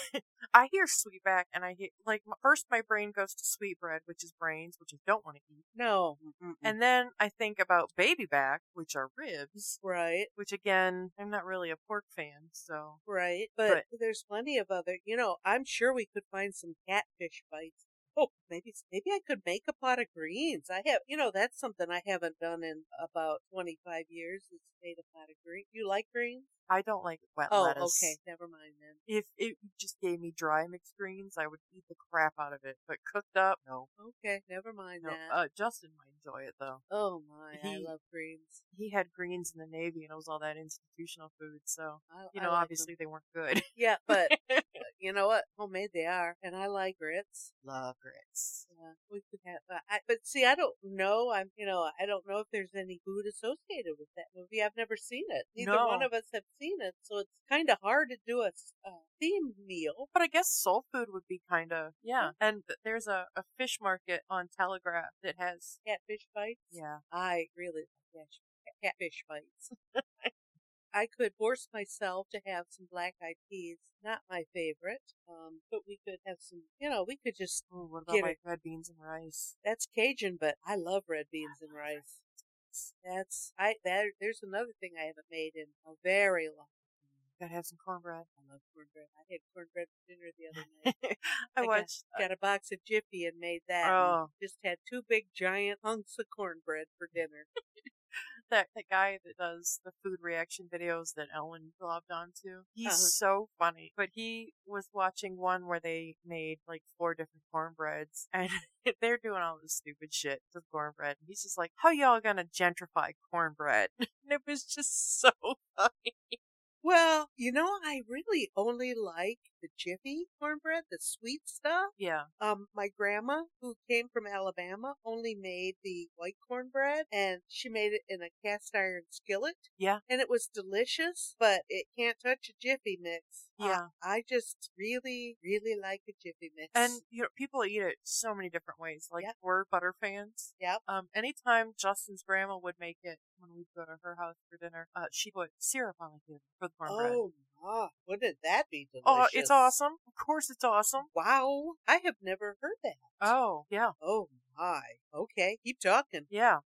[SPEAKER 1] I hear sweetback, and I hear like my- first my brain goes to sweet bread, which is brains, which I don't want to eat,
[SPEAKER 2] No. And
[SPEAKER 1] and then I think about baby back, which are ribs,
[SPEAKER 2] right,
[SPEAKER 1] which again I'm not really a pork fan, so
[SPEAKER 2] right. But,
[SPEAKER 1] But-
[SPEAKER 2] there's plenty of other. You know, I'm sure we could find some catfish bites. Oh, maybe maybe I could make a pot of greens. I have, you know, that's something I haven't done in about 25 years. Is made a pot of greens. You like greens?
[SPEAKER 1] I don't like wet
[SPEAKER 2] Oh,
[SPEAKER 1] lettuce.
[SPEAKER 2] okay. Never mind then.
[SPEAKER 1] If it just gave me dry mixed greens, I would eat the crap out of it. But cooked up, no.
[SPEAKER 2] Okay, never mind
[SPEAKER 1] no.
[SPEAKER 2] that.
[SPEAKER 1] Uh, Justin might enjoy it though.
[SPEAKER 2] oh my, I
[SPEAKER 1] he-
[SPEAKER 2] love greens.
[SPEAKER 1] He had greens in the Navy, and it was all that institutional food. So
[SPEAKER 2] I,
[SPEAKER 1] you
[SPEAKER 2] I
[SPEAKER 1] know,
[SPEAKER 2] like 'em.
[SPEAKER 1] obviously they weren't good.
[SPEAKER 2] [laughs] Yeah,
[SPEAKER 1] [laughs]
[SPEAKER 2] but uh, you know what? Homemade they are, and I like grits.
[SPEAKER 1] Love grits.
[SPEAKER 2] Uh, we could have, uh, I, but see, I don't know. I'm, you know, I don't know if there's any food associated with that movie. I've never seen it. Neither one
[SPEAKER 1] No.
[SPEAKER 2] of us have seen it, so it's kind of hard to do a s- a theme meal.
[SPEAKER 1] But I guess soul food would be kind of yeah. And th- there's a, a fish market on Telegraph that has
[SPEAKER 2] Catfish bites.
[SPEAKER 1] yeah.
[SPEAKER 2] I really like catfish, catfish bites. [laughs] I could force myself to have some black eyed peas. Not my favorite, um, but we could have some. You know, we could just.
[SPEAKER 1] Ooh, what about
[SPEAKER 2] Get
[SPEAKER 1] like
[SPEAKER 2] it.
[SPEAKER 1] red beans and rice?
[SPEAKER 2] That's Cajun, but I love red beans and rice. That's I. That there's another thing I haven't made in a very long.
[SPEAKER 1] Gotta have some cornbread.
[SPEAKER 2] I love cornbread. I had cornbread for dinner the other [laughs] night.
[SPEAKER 1] I
[SPEAKER 2] got-
[SPEAKER 1] watched.
[SPEAKER 2] Got a box of Jiffy and made that. and
[SPEAKER 1] Oh,
[SPEAKER 2] Just had two big giant hunks of cornbread for dinner.
[SPEAKER 1] that that guy that does the food reaction videos that Ellen globbed onto. He's
[SPEAKER 2] Uh-huh.
[SPEAKER 1] so funny. But he was watching one where they made like four different cornbreads [laughs] and they're doing all this stupid shit with cornbread. And he's just like, How y'all gonna gentrify cornbread? [laughs] And it was just so funny.
[SPEAKER 2] Well, you know, I really only like the Jiffy cornbread, the sweet stuff.
[SPEAKER 1] Yeah.
[SPEAKER 2] Um, my grandma, who came from Alabama, only made the white cornbread and she made it in a cast iron skillet.
[SPEAKER 1] Yeah.
[SPEAKER 2] And it was delicious, but it can't touch a Jiffy mix. Uh,
[SPEAKER 1] Yeah.
[SPEAKER 2] I just really, really like a Jiffy mix.
[SPEAKER 1] And you know, people eat it so many different ways. Like
[SPEAKER 2] Yep.
[SPEAKER 1] we're butter fans.
[SPEAKER 2] Yep.
[SPEAKER 1] Um, anytime Justin's grandma would make it when we'd go to her house for dinner, uh, she put syrup on it for the cornbread.
[SPEAKER 2] oh, my, wouldn't that be delicious?
[SPEAKER 1] Oh, it's awesome. Of course it's awesome.
[SPEAKER 2] Wow. I have never heard that.
[SPEAKER 1] Oh, yeah.
[SPEAKER 2] Oh, my. Okay. Keep talking.
[SPEAKER 1] Yeah.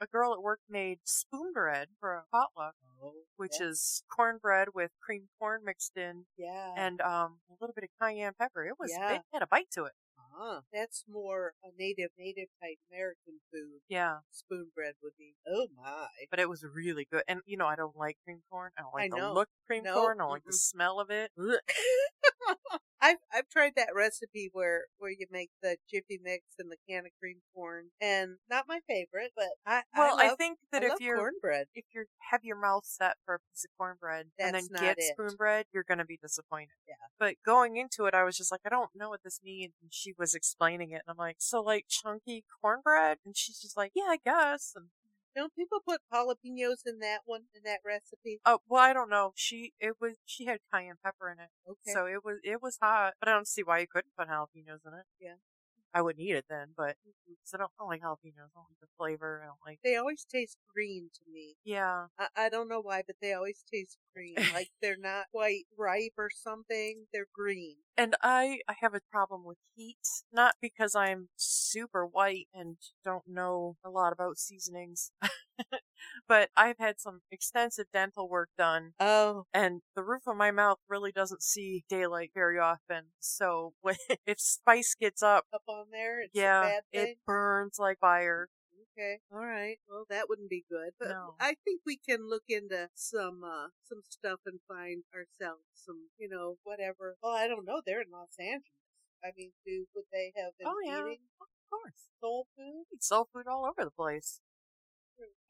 [SPEAKER 1] a girl at work made spoon bread for a potluck,
[SPEAKER 2] Oh,
[SPEAKER 1] which
[SPEAKER 2] yeah.
[SPEAKER 1] is cornbread with cream corn mixed in
[SPEAKER 2] Yeah.
[SPEAKER 1] and um a little bit of cayenne pepper. It was
[SPEAKER 2] Yeah.
[SPEAKER 1] it had a bite to it.
[SPEAKER 2] Ah, that's more a native, native type American food.
[SPEAKER 1] Yeah.
[SPEAKER 2] Spoon bread would be. Oh my!
[SPEAKER 1] But it was really good. And you know, I don't like cream corn. I don't like
[SPEAKER 2] I
[SPEAKER 1] the
[SPEAKER 2] know.
[SPEAKER 1] look of cream
[SPEAKER 2] No,
[SPEAKER 1] corn. I don't like the
[SPEAKER 2] mm-mm.
[SPEAKER 1] smell of it.
[SPEAKER 2] I've I've tried that recipe where where you make the jiffy mix and the can of cream corn, and not my favorite, but I
[SPEAKER 1] Well,
[SPEAKER 2] I,
[SPEAKER 1] I,
[SPEAKER 2] love,
[SPEAKER 1] think that
[SPEAKER 2] I
[SPEAKER 1] if
[SPEAKER 2] love
[SPEAKER 1] you're
[SPEAKER 2] cornbread,
[SPEAKER 1] if you have your mouth set for a piece of cornbread and
[SPEAKER 2] That's
[SPEAKER 1] then
[SPEAKER 2] not
[SPEAKER 1] get
[SPEAKER 2] it.
[SPEAKER 1] spoon bread, you're going to be disappointed.
[SPEAKER 2] Yeah.
[SPEAKER 1] But going into it, I was just like, I don't know what this means. And she was explaining it. And I'm like, so like chunky cornbread? And she's just like, yeah, I guess. And,
[SPEAKER 2] don't people put jalapenos in that one in that recipe?
[SPEAKER 1] oh, well, I don't know. She, it was, she had cayenne pepper in it.
[SPEAKER 2] Okay,
[SPEAKER 1] So it was, it was hot, but I don't see why you couldn't put jalapenos in it.
[SPEAKER 2] Yeah.
[SPEAKER 1] I wouldn't eat it then, but 'cause I don't, I don't like jalapenos. I don't like the flavor. I don't like,
[SPEAKER 2] they always taste green to me.
[SPEAKER 1] yeah.
[SPEAKER 2] I, I don't know why, but they always taste green,
[SPEAKER 1] [laughs]
[SPEAKER 2] like they're not quite ripe or something. They're green.
[SPEAKER 1] and I, I have a problem with heat, not because I'm super white and don't know a lot about seasonings, [laughs] but I've had some extensive dental work done,
[SPEAKER 2] Oh,
[SPEAKER 1] and the roof of my mouth really doesn't see daylight very often. So [laughs] when, if spice gets up,
[SPEAKER 2] up on there. It's a
[SPEAKER 1] yeah,
[SPEAKER 2] bad thing.
[SPEAKER 1] it burns like fire.
[SPEAKER 2] Okay. All right. Well, that wouldn't be good, but
[SPEAKER 1] No.
[SPEAKER 2] I think we can look into some uh some stuff and find ourselves some, you know, whatever. Well, I don't know. They're in Los Angeles. I mean, do would they have been
[SPEAKER 1] Oh, yeah.
[SPEAKER 2] eating
[SPEAKER 1] Of course,
[SPEAKER 2] soul food?
[SPEAKER 1] Eat soul food all over the place.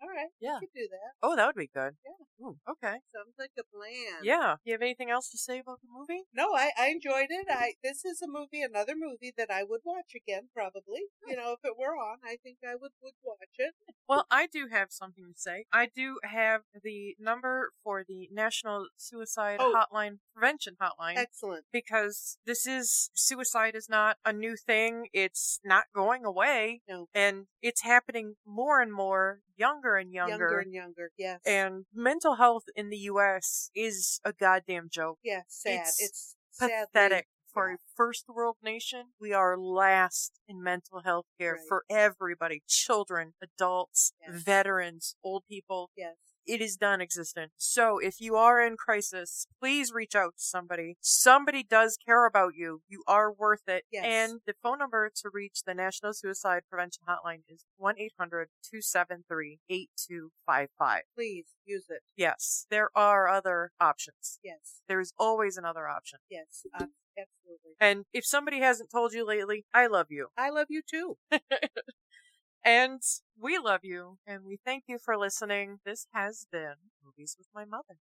[SPEAKER 2] All right.
[SPEAKER 1] Yeah.
[SPEAKER 2] We could do that.
[SPEAKER 1] Oh, that would be good.
[SPEAKER 2] Yeah.
[SPEAKER 1] Ooh, okay.
[SPEAKER 2] Sounds like a plan.
[SPEAKER 1] Yeah. You have anything else to say about the movie?
[SPEAKER 2] No, I, I enjoyed it. I this is a movie, another movie that I would watch again, probably. You know, if it were on, I think I would would watch it.
[SPEAKER 1] Well, I do have something to say. I do have the number for the National Suicide
[SPEAKER 2] Oh.
[SPEAKER 1] Hotline Prevention Hotline
[SPEAKER 2] Excellent.
[SPEAKER 1] because this is suicide is not a new thing. It's not going away.
[SPEAKER 2] No.
[SPEAKER 1] And it's happening more and more younger and younger.
[SPEAKER 2] Younger and younger. Yes.
[SPEAKER 1] and mental health in the U.S. is a goddamn joke.
[SPEAKER 2] yeah, sad.
[SPEAKER 1] it's
[SPEAKER 2] It's, sadly-
[SPEAKER 1] Pathetic. For
[SPEAKER 2] yeah.
[SPEAKER 1] a first world nation, we are last in mental health care
[SPEAKER 2] Right.
[SPEAKER 1] for everybody children, adults,
[SPEAKER 2] Yes.
[SPEAKER 1] veterans, old people.
[SPEAKER 2] Yes.
[SPEAKER 1] It is non existent. So if you are in crisis, please reach out to somebody. Somebody does care about you. You are worth it.
[SPEAKER 2] Yes.
[SPEAKER 1] And the phone number to reach the National Suicide Prevention Hotline is 1 800 273 8255.
[SPEAKER 2] Please use it.
[SPEAKER 1] Yes, there are other options.
[SPEAKER 2] Yes.
[SPEAKER 1] There's always another option.
[SPEAKER 2] Yes. Uh, absolutely.
[SPEAKER 1] And if somebody hasn't told you lately, I love you.
[SPEAKER 2] I love you too.
[SPEAKER 1] And we love you. And we thank you for listening. This has been Movies with My Mother.